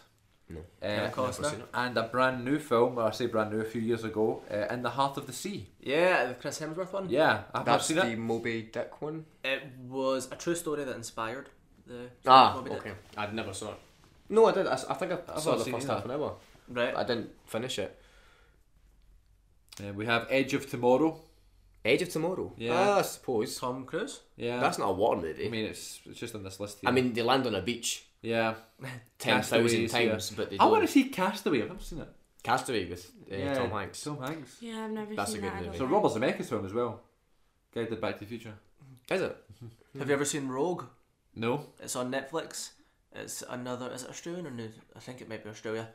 No. Kevin Uh, Costner. and a brand new film, well, I say brand new, a few years ago, uh, In the Heart of the Sea. Yeah, the Chris Hemsworth one. Yeah, I've not That's seen the it. Moby Dick one. It was a true story that inspired the. Ah, Moby Dick. okay. I'd never saw it. No, I did. I, s- I think I, I've saw not the seen first either. half an hour. Right. I didn't finish it. Uh, we have Edge of Tomorrow. Age of Tomorrow. Yeah. Ah, I suppose. Tom Cruise. Yeah, That's not a water movie. I mean, it's it's just on this list here. I mean, they land on a beach yeah. ten thousand Castaways, yeah. times, but they I want to don't. see Castaway. I've never seen it. Castaway with uh, yeah, Tom Hanks. Tom Hanks. Yeah, I've never That's a seen good that. I don't movie. It's a think. Robert Zemeckis film as well. Guy did Back to the Future. Is it? Hmm. Have you ever seen Rogue? No. It's on Netflix. It's another. Is it Australian or New? I think it might be Australia.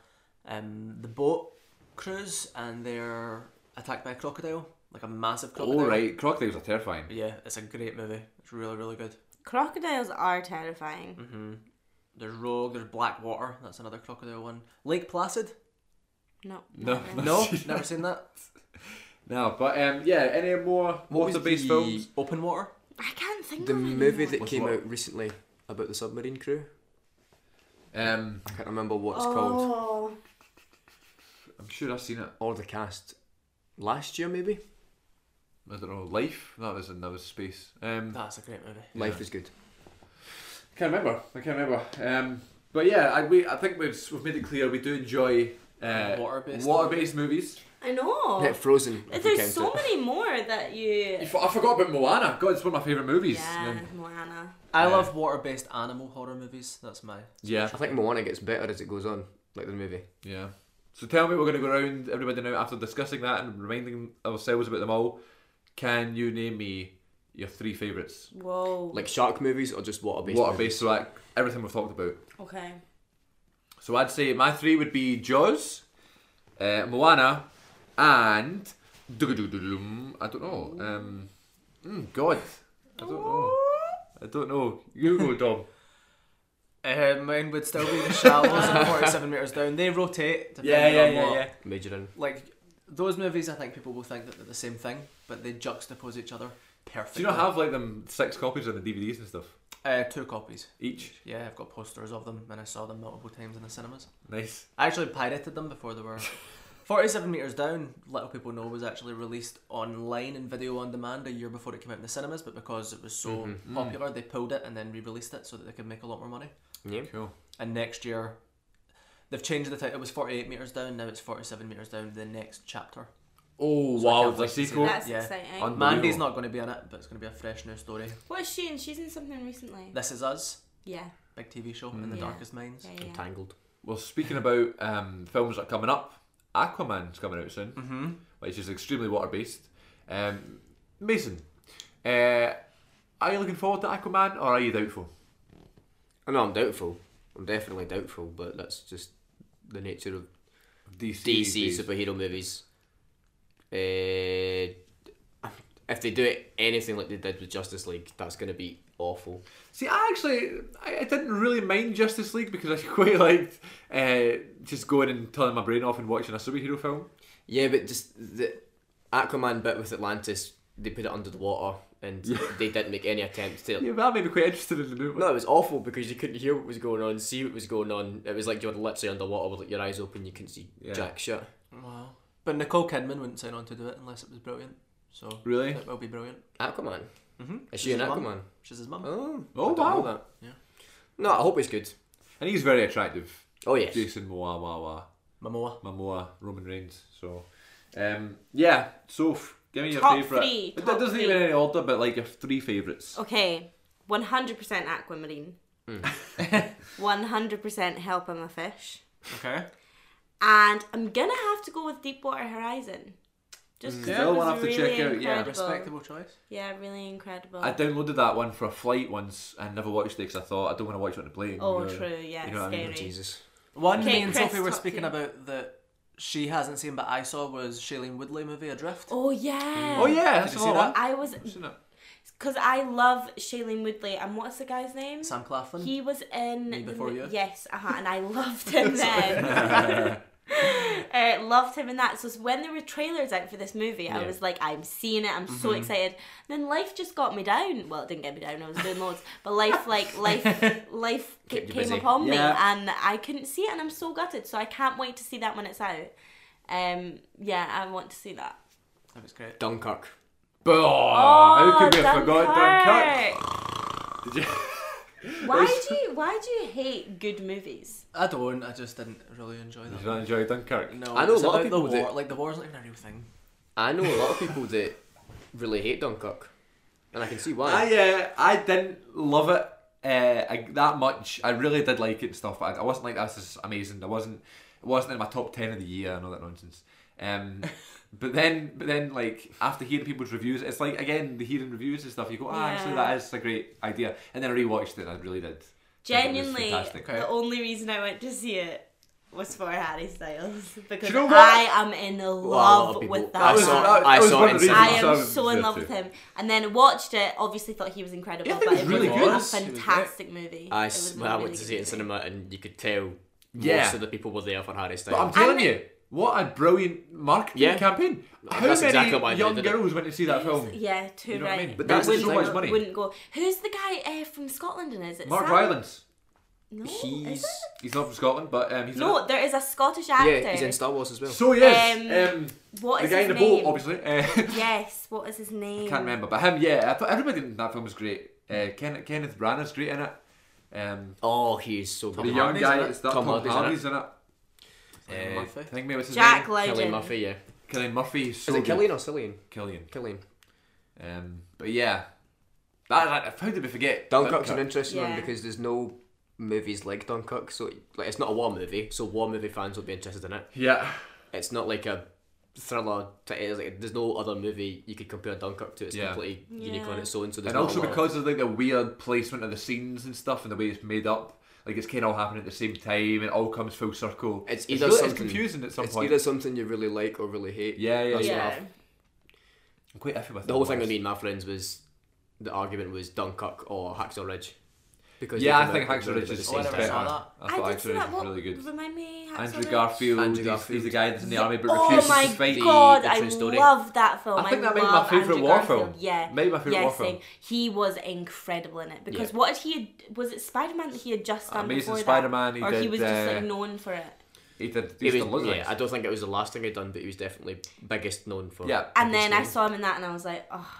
Um, the boat cruise and they're attacked by a crocodile, like a massive crocodile. All Oh, right, crocodiles are terrifying. Yeah, it's a great movie. It's really, really good. Crocodiles are terrifying. Mm-hmm. hmm There's Rogue. There's Black Water. That's another crocodile one. Lake Placid. No. No. not really. No, never seen that. No, but um, yeah. Any more was water-based the- films? Open Water. I can't think The of movie anymore. that What's came what? out recently about the submarine crew. Um, I can't remember what it's called. Oh. I'm sure I've seen it. Or the cast. Last year, maybe? I don't know. Life. That was another space. Um, That's a great movie. Life is good. Can't remember. I can't remember. Um, but yeah, I, we, I think we've, we've made it clear we do enjoy uh, Water-based water-based movies. I know. Get Frozen. if we Oh. There's count so it. many more that you. I forgot about Moana. God, it's one of my favourite movies. Yeah, Um, Moana. I Yeah. love water-based animal horror movies. That's my. yeah, I think Moana gets better as it goes on, like the movie. yeah. So tell me, we're going to go around everybody now after discussing that and reminding ourselves about them all. Can you name me your three favourites? Whoa. Like shark movies or just water based Water-based, so like everything we've talked about. okay. So I'd say my three would be Jaws, uh, Moana, and Doo-doo-doo-doo-doom. I don't know. Um, mm, God, I don't know. I don't know. You go, Dom. Uh, mine would still be the shallows and 47 meters down. They rotate. depending on what- Major in. like Those movies, I think people will think that they're the same thing, but they juxtapose each other Do perfectly. you not have like them six copies of the DVDs and stuff uh, two copies? each? Yeah, I've got posters of them, and I saw them multiple times in the cinemas. Nice. I actually pirated them before they were. 47 Meters Down, little people know, was actually released online in video on demand a year before it came out in the cinemas, but because it was so Mm-hmm. Mhm. Mm. popular, they pulled it and then re released it so that they could make a lot more money. Mm-hmm. Yeah. Cool. And next year, they've changed the title. It was 48 Meters Down, now it's 47 Meters Down, the next chapter. Oh So I wow, can't the wait to see sequel. that. That's yeah. exciting. On- Mandy's Unbelievable. not going to be in it, but it's going to be a fresh new story. what is she in? She's in something recently. This Is Us, yeah, big TV show, In the Yeah. Darkest Minds. yeah, yeah. Entangled. Well, speaking about um, films that are coming up, Aquaman's coming out soon, Mm-hmm. which is extremely water based. Um, Mason, uh, are you looking forward to Aquaman or are you doubtful? I know I'm doubtful. I'm definitely doubtful, but that's just the nature of DC. DC superhero movies. Uh, if they do anything like they did with Justice League, that's going to be awful. See, I actually I, I didn't really mind Justice League because I quite liked uh, just going and turning my brain off and watching a superhero film. Yeah, but just the Aquaman bit with Atlantis, they put it under the water and they didn't make any attempt to. Yeah, but that made me quite interested in the movie. No, it was awful because you couldn't hear what was going on, see what was going on. It was like you were literally underwater with like, your eyes open, you couldn't see Yeah. jack shit. Wow. But Nicole Kidman wouldn't sign on to do it unless it was brilliant. So Really? it will be brilliant. Aquaman. Mm-hmm. Is she an Aquaman? She's his mum. Oh, Oh, I didn't wow. know that. Yeah. No, I hope it's good. And he's very attractive. Oh yes. Jason Moa Wawa, Momoa. Momoa, Roman Reigns. So, um, yeah. So f- give me your Top favorite. three, It top doesn't three. even any order, but like your three favorites. Okay, one hundred percent aquamarine. Hmm. One hundred percent help him a fish. Okay. And I'm gonna have to go with Deepwater Horizon. Just because Yeah, that we'll was have to really check out, yeah. incredible. Respectable choice. Yeah, really incredible. I downloaded that one for a flight once and never watched it because I thought I don't want to watch it on the plane. oh, you know. true. Yeah, you know what I mean, scary. Jesus. One Okay, me and Chris, Sophie were top speaking two. about that she hasn't seen but I saw was Shailene Woodley movie Adrift. Oh yeah. Oh yeah, Did that's you the see one. that? I was I've seen it. because I love Shailene Woodley and what's the guy's name? Sam Claflin. He was in Me the Before mo- You? Yes, uh-huh, and I loved him then. uh, loved him in that. So it's when there were trailers out for this movie, I Yeah. was like, I'm seeing it. I'm so excited. And then life just got me down. Well, it didn't get me down. I was doing loads, but life, like life, life ca- Kept you came busy. upon me, Yeah. and I couldn't see it. And I'm so gutted. So I can't wait to see that when it's out. Um, yeah, I want to see that. That was great. Dunkirk. But, oh, how could we have forgotten Dunkirk. Dunkirk? Did you- Why do you why do you hate good movies? I don't. I just didn't really enjoy Did that. you not enjoy Dunkirk? No, I know it's a lot of about the people war. that- Like the war's not even a real thing. I know a lot of people that really hate Dunkirk, and I can see why. I uh, I didn't love it uh, I, that much. I really did like it and stuff, but I, I wasn't like that's is amazing. I wasn't it wasn't in my top ten of the year and all that nonsense. Um, but then but then like after hearing people's reviews, it's like again the hearing reviews and stuff. You go, ah, actually Yeah. that is a great idea. And then I rewatched it. and I really did. think it was Genuinely, fantastic. Okay. the only reason I went to see it was for Harry Styles because you know what? I am in lot of love people- with I that. was- saw, man. that I was saw one it of in the reasons I cinema. That's am what I so in was love gonna with him, and then watched it. Obviously, thought he was incredible, Yeah, I but it think it was really was good. a It was really fantastic movie. I, It was s- a well, I really went to good see it in movie. cinema, and you could tell Yeah. most of the people were there for Harry But I'm Styles. telling And- you, what a brilliant marketing Yeah. campaign! How That's many exactly why they young did it. girls went to see that film? Yeah, too You know what I right. mean? But But that's They so wouldn't- much money. Wouldn't go. Who's the guy uh, from Scotland? And is it Mark Sam? Rylance. No, is he's it? He's not from Scotland, but um, he's in no. it. There is a Scottish actor. yeah, he's in Star Wars as well. So yes, um, What the is guy in his the name? Hmm. boat, obviously. Uh, Yes, what is his name? Can't remember, but him, yeah. I thought everybody in that film was great. Uh, Kenneth Kenneth Branagh's great in it. Um, oh, he is so the good. Hardy's young guy, in it. that's that Tom, Tom Hardy's in it. Hardy's in it. Cillian Uh, Murphy. I think maybe it's his Jack name. Killian Loudon. Murphy, yeah. Killian Murphy. he's So Is it good. Killian or Cillian? Killian. Killian. Um, but yeah, that, that how did we forget? Dunkirk's an Dunkirk. interesting Yeah. one because there's no movies like Dunkirk, so like it's not a war movie, so war movie fans will be interested in it. Yeah, It's not like a thriller. To, it's like, there's no other movie you could compare Dunkirk to. It's Yeah. completely unique on Yeah. its own. So there's and not also a lot of- because of like the weird placement of the scenes and stuff and the way it's made up, like it's kind of all happening at the same time. It all comes full circle. It's it's, either really- it's something- confusing at some it's point. either something you really like or really hate. Yeah, yeah, That's yeah. what Yeah. I've- I'm quite iffy with The whole that thing with one. me and my friends was the argument was Dunkirk or Hacksaw Ridge. Because yeah, they I come think out Hacksaw really Ridge at the is Oh, I same never better. saw time. that. I I thought did see Hacksaw Ridge that. was What, really good. Remind me. Hacksaw Andrew Ridge? Garfield, Andrew he's- He's, the Garfield. guy that's in the army but Oh refuses my to fight. god, The I true story. love that film. I think that I may be my love favourite Andrew war Garfield. film. Yeah, Maybe my favourite yeah, war film. same. He was incredible in it because Yeah. what he had, was it Spider Man that he had just done Amazing before that? Spider-Man, he or he did, was just like uh, known for it. He did. He It used to was, look yeah, I like. don't think it was the last thing he'd done, but he was definitely biggest known for. Yeah. And then I Biggest saw him in that, and I was like, oh,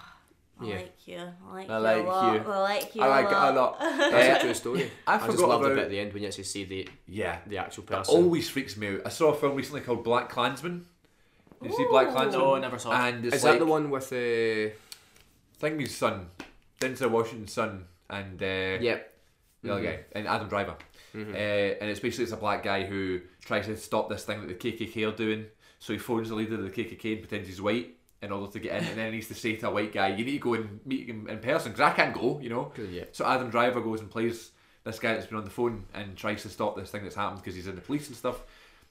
I Yeah. like you, I like, I you, like a lot. you. I like you, I like it a lot. known. That's a true story. I I, just forgot love the about- bit at the end when you actually see the Yeah. the actual That person. always freaks me out. I saw a film recently called Black Klansman. Did you see Black Ooh. Klansman? No, I never saw it. And it's is like that the one with uh, the? Thingy's son, Denzel Washington's son, and uh, Yep. the other guy, and Adam Driver. Uh, and it's basically it's a black guy who tries to stop this thing that the KKK are doing. So he phones the leader of the KKK and pretends he's white in order to get in, and then he needs to say to a white guy, "You need to go and meet him in person because I can't go," you know. Yeah. So Adam Driver goes and plays this guy that's been on the phone and tries to stop this thing that's happened because he's in the police and stuff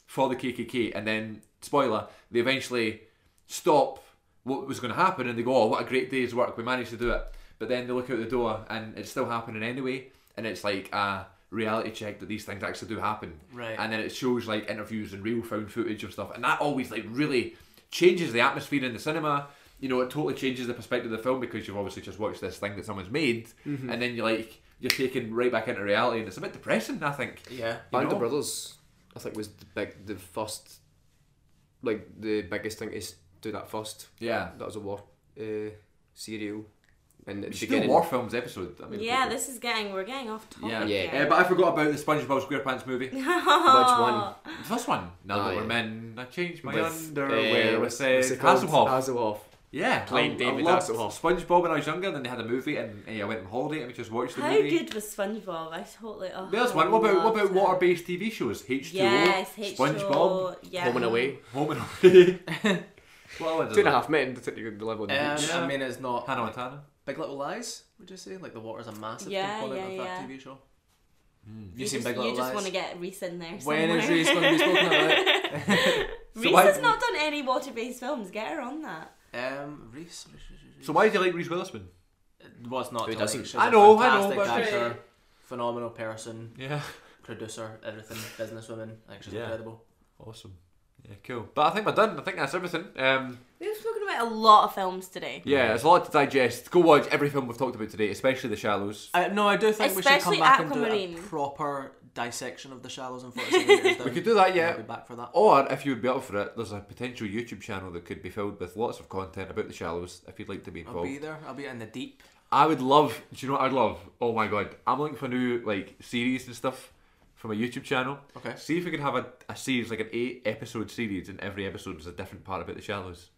for the KKK. And then, spoiler, they eventually stop what was going to happen and they go, oh, what a great day's work, we managed to do it. But then they look out the door and it's still happening anyway. And it's like a reality check that these things actually do happen. Right. And then it shows like interviews and real found footage of stuff. And that always like really changes the atmosphere in the cinema. You know, it totally changes the perspective of the film because you've obviously just watched this thing that someone's made. And then you're like, you're taken right back into reality. And it's a bit depressing, I think. Yeah. You Band know? of Brothers, I think was the big, the first, like the biggest thing is do that first. Yeah. That was a war uh, serial, and We at the should do a beginning. war films episode. I mean, Yeah, this is getting, we're getting off topic. Yeah, Yeah. here. Uh, but I forgot about the SpongeBob SquarePants movie. one? The first one. Now Ah, that we're yeah. men, I changed my with, underwear. uh, with what's- say what's it called? Hasselhoff. Hasselhoff. yeah, Played I- David I loved Hasselhoff. SpongeBob when I was younger. Then they had a movie, and eh, I went on holiday and we just watched the How movie. good was SpongeBob? I totally. Oh, There's I one. What about what loved about it. water-based TV shows? H2O, Yes, SpongeBob, H2O, yeah. Home and Away. Home and Away. well, I don't Two and a know. half men. They took the level on the Um, beach. Yeah. I mean, it's not Hannah Montana. Big Little Lies. Would you say like the water's a massive Yeah, component yeah, of that yeah. TV show? You, Hmm. You seen just, Big Little you just Lies? want to get Reese in there. Somewhere. when is Reese going to be spoken about? So Reese why- has not done any water-based films. Get her on that. Um, Reese. Reese, Reese, Reese. So why do you like Reese Witherspoon? was not? Who to like- doesn't? she's I a know, I know, fantastic but- actor, phenomenal person, Yeah, producer, everything, businesswoman. I think she's Yeah. incredible. awesome. Yeah, cool. But I think we're done. I think that's everything. Um, We've spoken about a lot of films today. yeah, there's a lot to digest. Go watch every film we've talked about today, especially The Shallows. Uh, no, I do think we Especially should come back and do a Aquamarine. proper dissection of the shallows and forest. We could do that, I'll yeah. be back for that. Or if you would be up for it, there's a potential YouTube channel that could be filled with lots of content about the shallows if you'd like to be I'll be involved. there. I'll be in the deep. I would love do you know what I'd love? Oh my god. I'm looking for new like series and stuff from a YouTube channel. Okay. See if we could have a, a series, like an eight episode series and every episode is a different part about the shallows.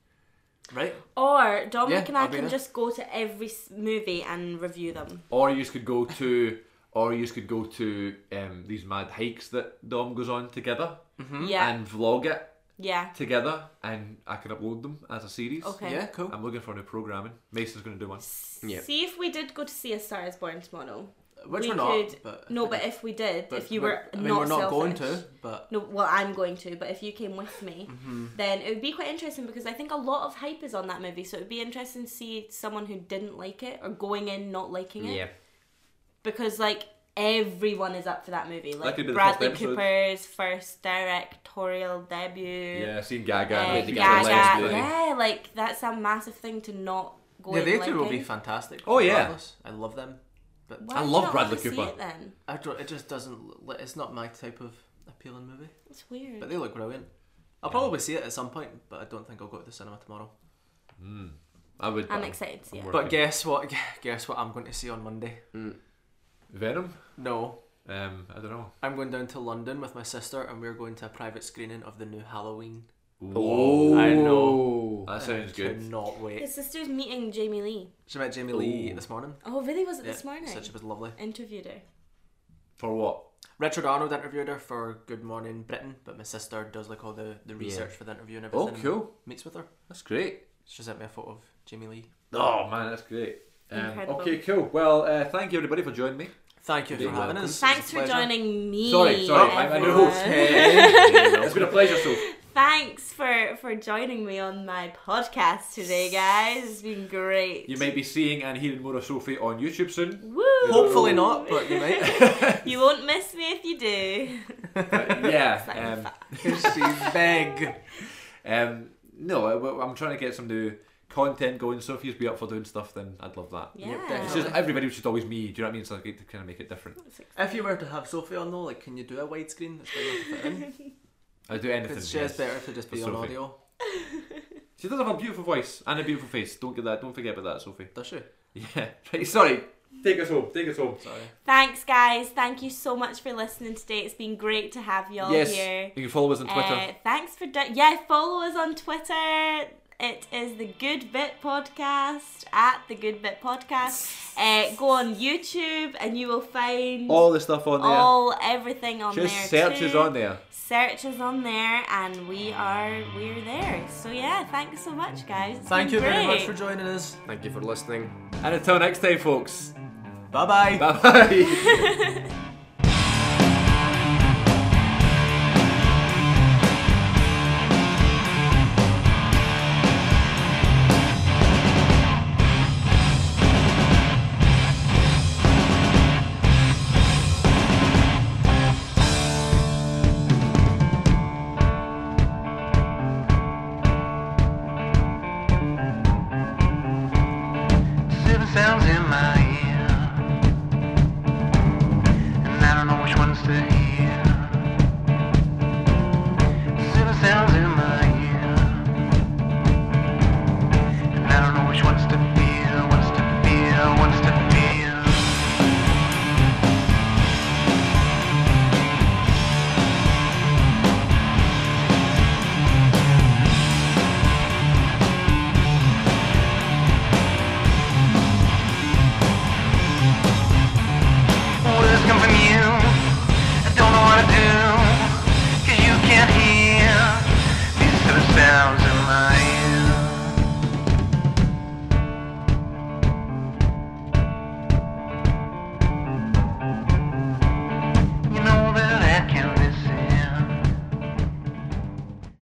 Right. Or Dominic Yeah, and I I'll be can there. just go to every s- movie and review them. Or you just could go to or you just could go to um, these mad hikes that Dom goes on together Mm-hmm. Yeah, and vlog it yeah. together and I can upload them as a series. Okay. Yeah. Cool. I'm looking for new programming. Mason's gonna do one. Yeah. See if we did go to see A Star Is Born tomorrow. Which we we are not. could- But No, but if we did, but- if you but- were I mean, not we're not selfish, going to. But No, well, I'm going to, but if you came with me, Mm-hmm. then it would be quite interesting because I think a lot of hype is on that movie. So it would be interesting to see someone who didn't like it or going in not liking it. Yeah. Because, like, everyone is up for that movie. Like, could be the first Bradley episode. Cooper's first directorial debut. Yeah, I've seen Gaga. uh, and the Gaga. Gaga last Lady Gaga. movie. Yeah, like, that's a massive thing to not go yeah, in they liking. two will be fantastic. Oh, yeah. regardless. I love them. But Why I do you love not Bradley wanna see Cooper. it then? I don't, it just doesn't. li- It's not my type of appealing movie. It's weird. But they look brilliant. I'll probably see it at some point, but I don't think I'll go to the cinema tomorrow. Hmm. I would. uh, I'm excited to see it. Working. But guess what? Guess what I'm going to see on Monday? Mm. Venom. No, Um, I don't know. I'm going down to London with my sister, and we're going to a private screening of the new Halloween. Whoa. I know. That sounds I good. cannot wait. His sister's meeting Jamie Lee. She met Jamie Lee Ooh. this morning. Oh, really? Was it Yeah, this morning? Said she was lovely. Interviewed her. For what? Richard Arnold interviewed her for Good Morning Britain, but my sister does like all the, the research for the interview and everything. Oh, cool. Meets with her. That's great. She sent me a photo of Jamie Lee. Oh man, that's great. Um, Incredible. okay, cool. Well, uh, thank you everybody for joining me. Thank you for You're having welcome. us. It was Thanks a for pleasure. joining me. Sorry, sorry, I'm a new everyone. host. It's been a pleasure, so Thanks for for joining me on my podcast today, guys. It's been great. You might be seeing and hearing more of Sophie on YouTube soon. Woo! Hopefully not, but you might. you won't miss me if you do. But yeah, um, she's big. Um, no, I- well, I'm trying to get some new content going. So if you'd be up for doing stuff, then I'd love that. Yeah. It's definitely. just everybody should always me. Do you know what I mean? So I get to kind of make it different. if you were to have Sophie on though, like, can you do a widescreen? That's big enough to fit in. I do anything. Because she yes. is better to just be For on Sophie. audio. She does have a beautiful voice and a beautiful face. Don't get that. Don't forget about that, Sophie. Does she? Yeah. Right. Sorry. Take us home. Take us home. Sorry. Thanks, guys. Thank you so much for listening today. It's been great to have y'all yes. here. You can follow us on Twitter. Uh, thanks for do- yeah. Follow us on Twitter. It is the Good Bit Podcast at the Good Bit Podcast. Uh, go on YouTube and you will find All the stuff on there. all everything on just there. search too. us on there. Search is on there, and we are we're there. So yeah, thanks so much, guys. It's Thank been you very much great. for joining us. Thank you for listening. And until next time, folks. Bye bye. Bye bye.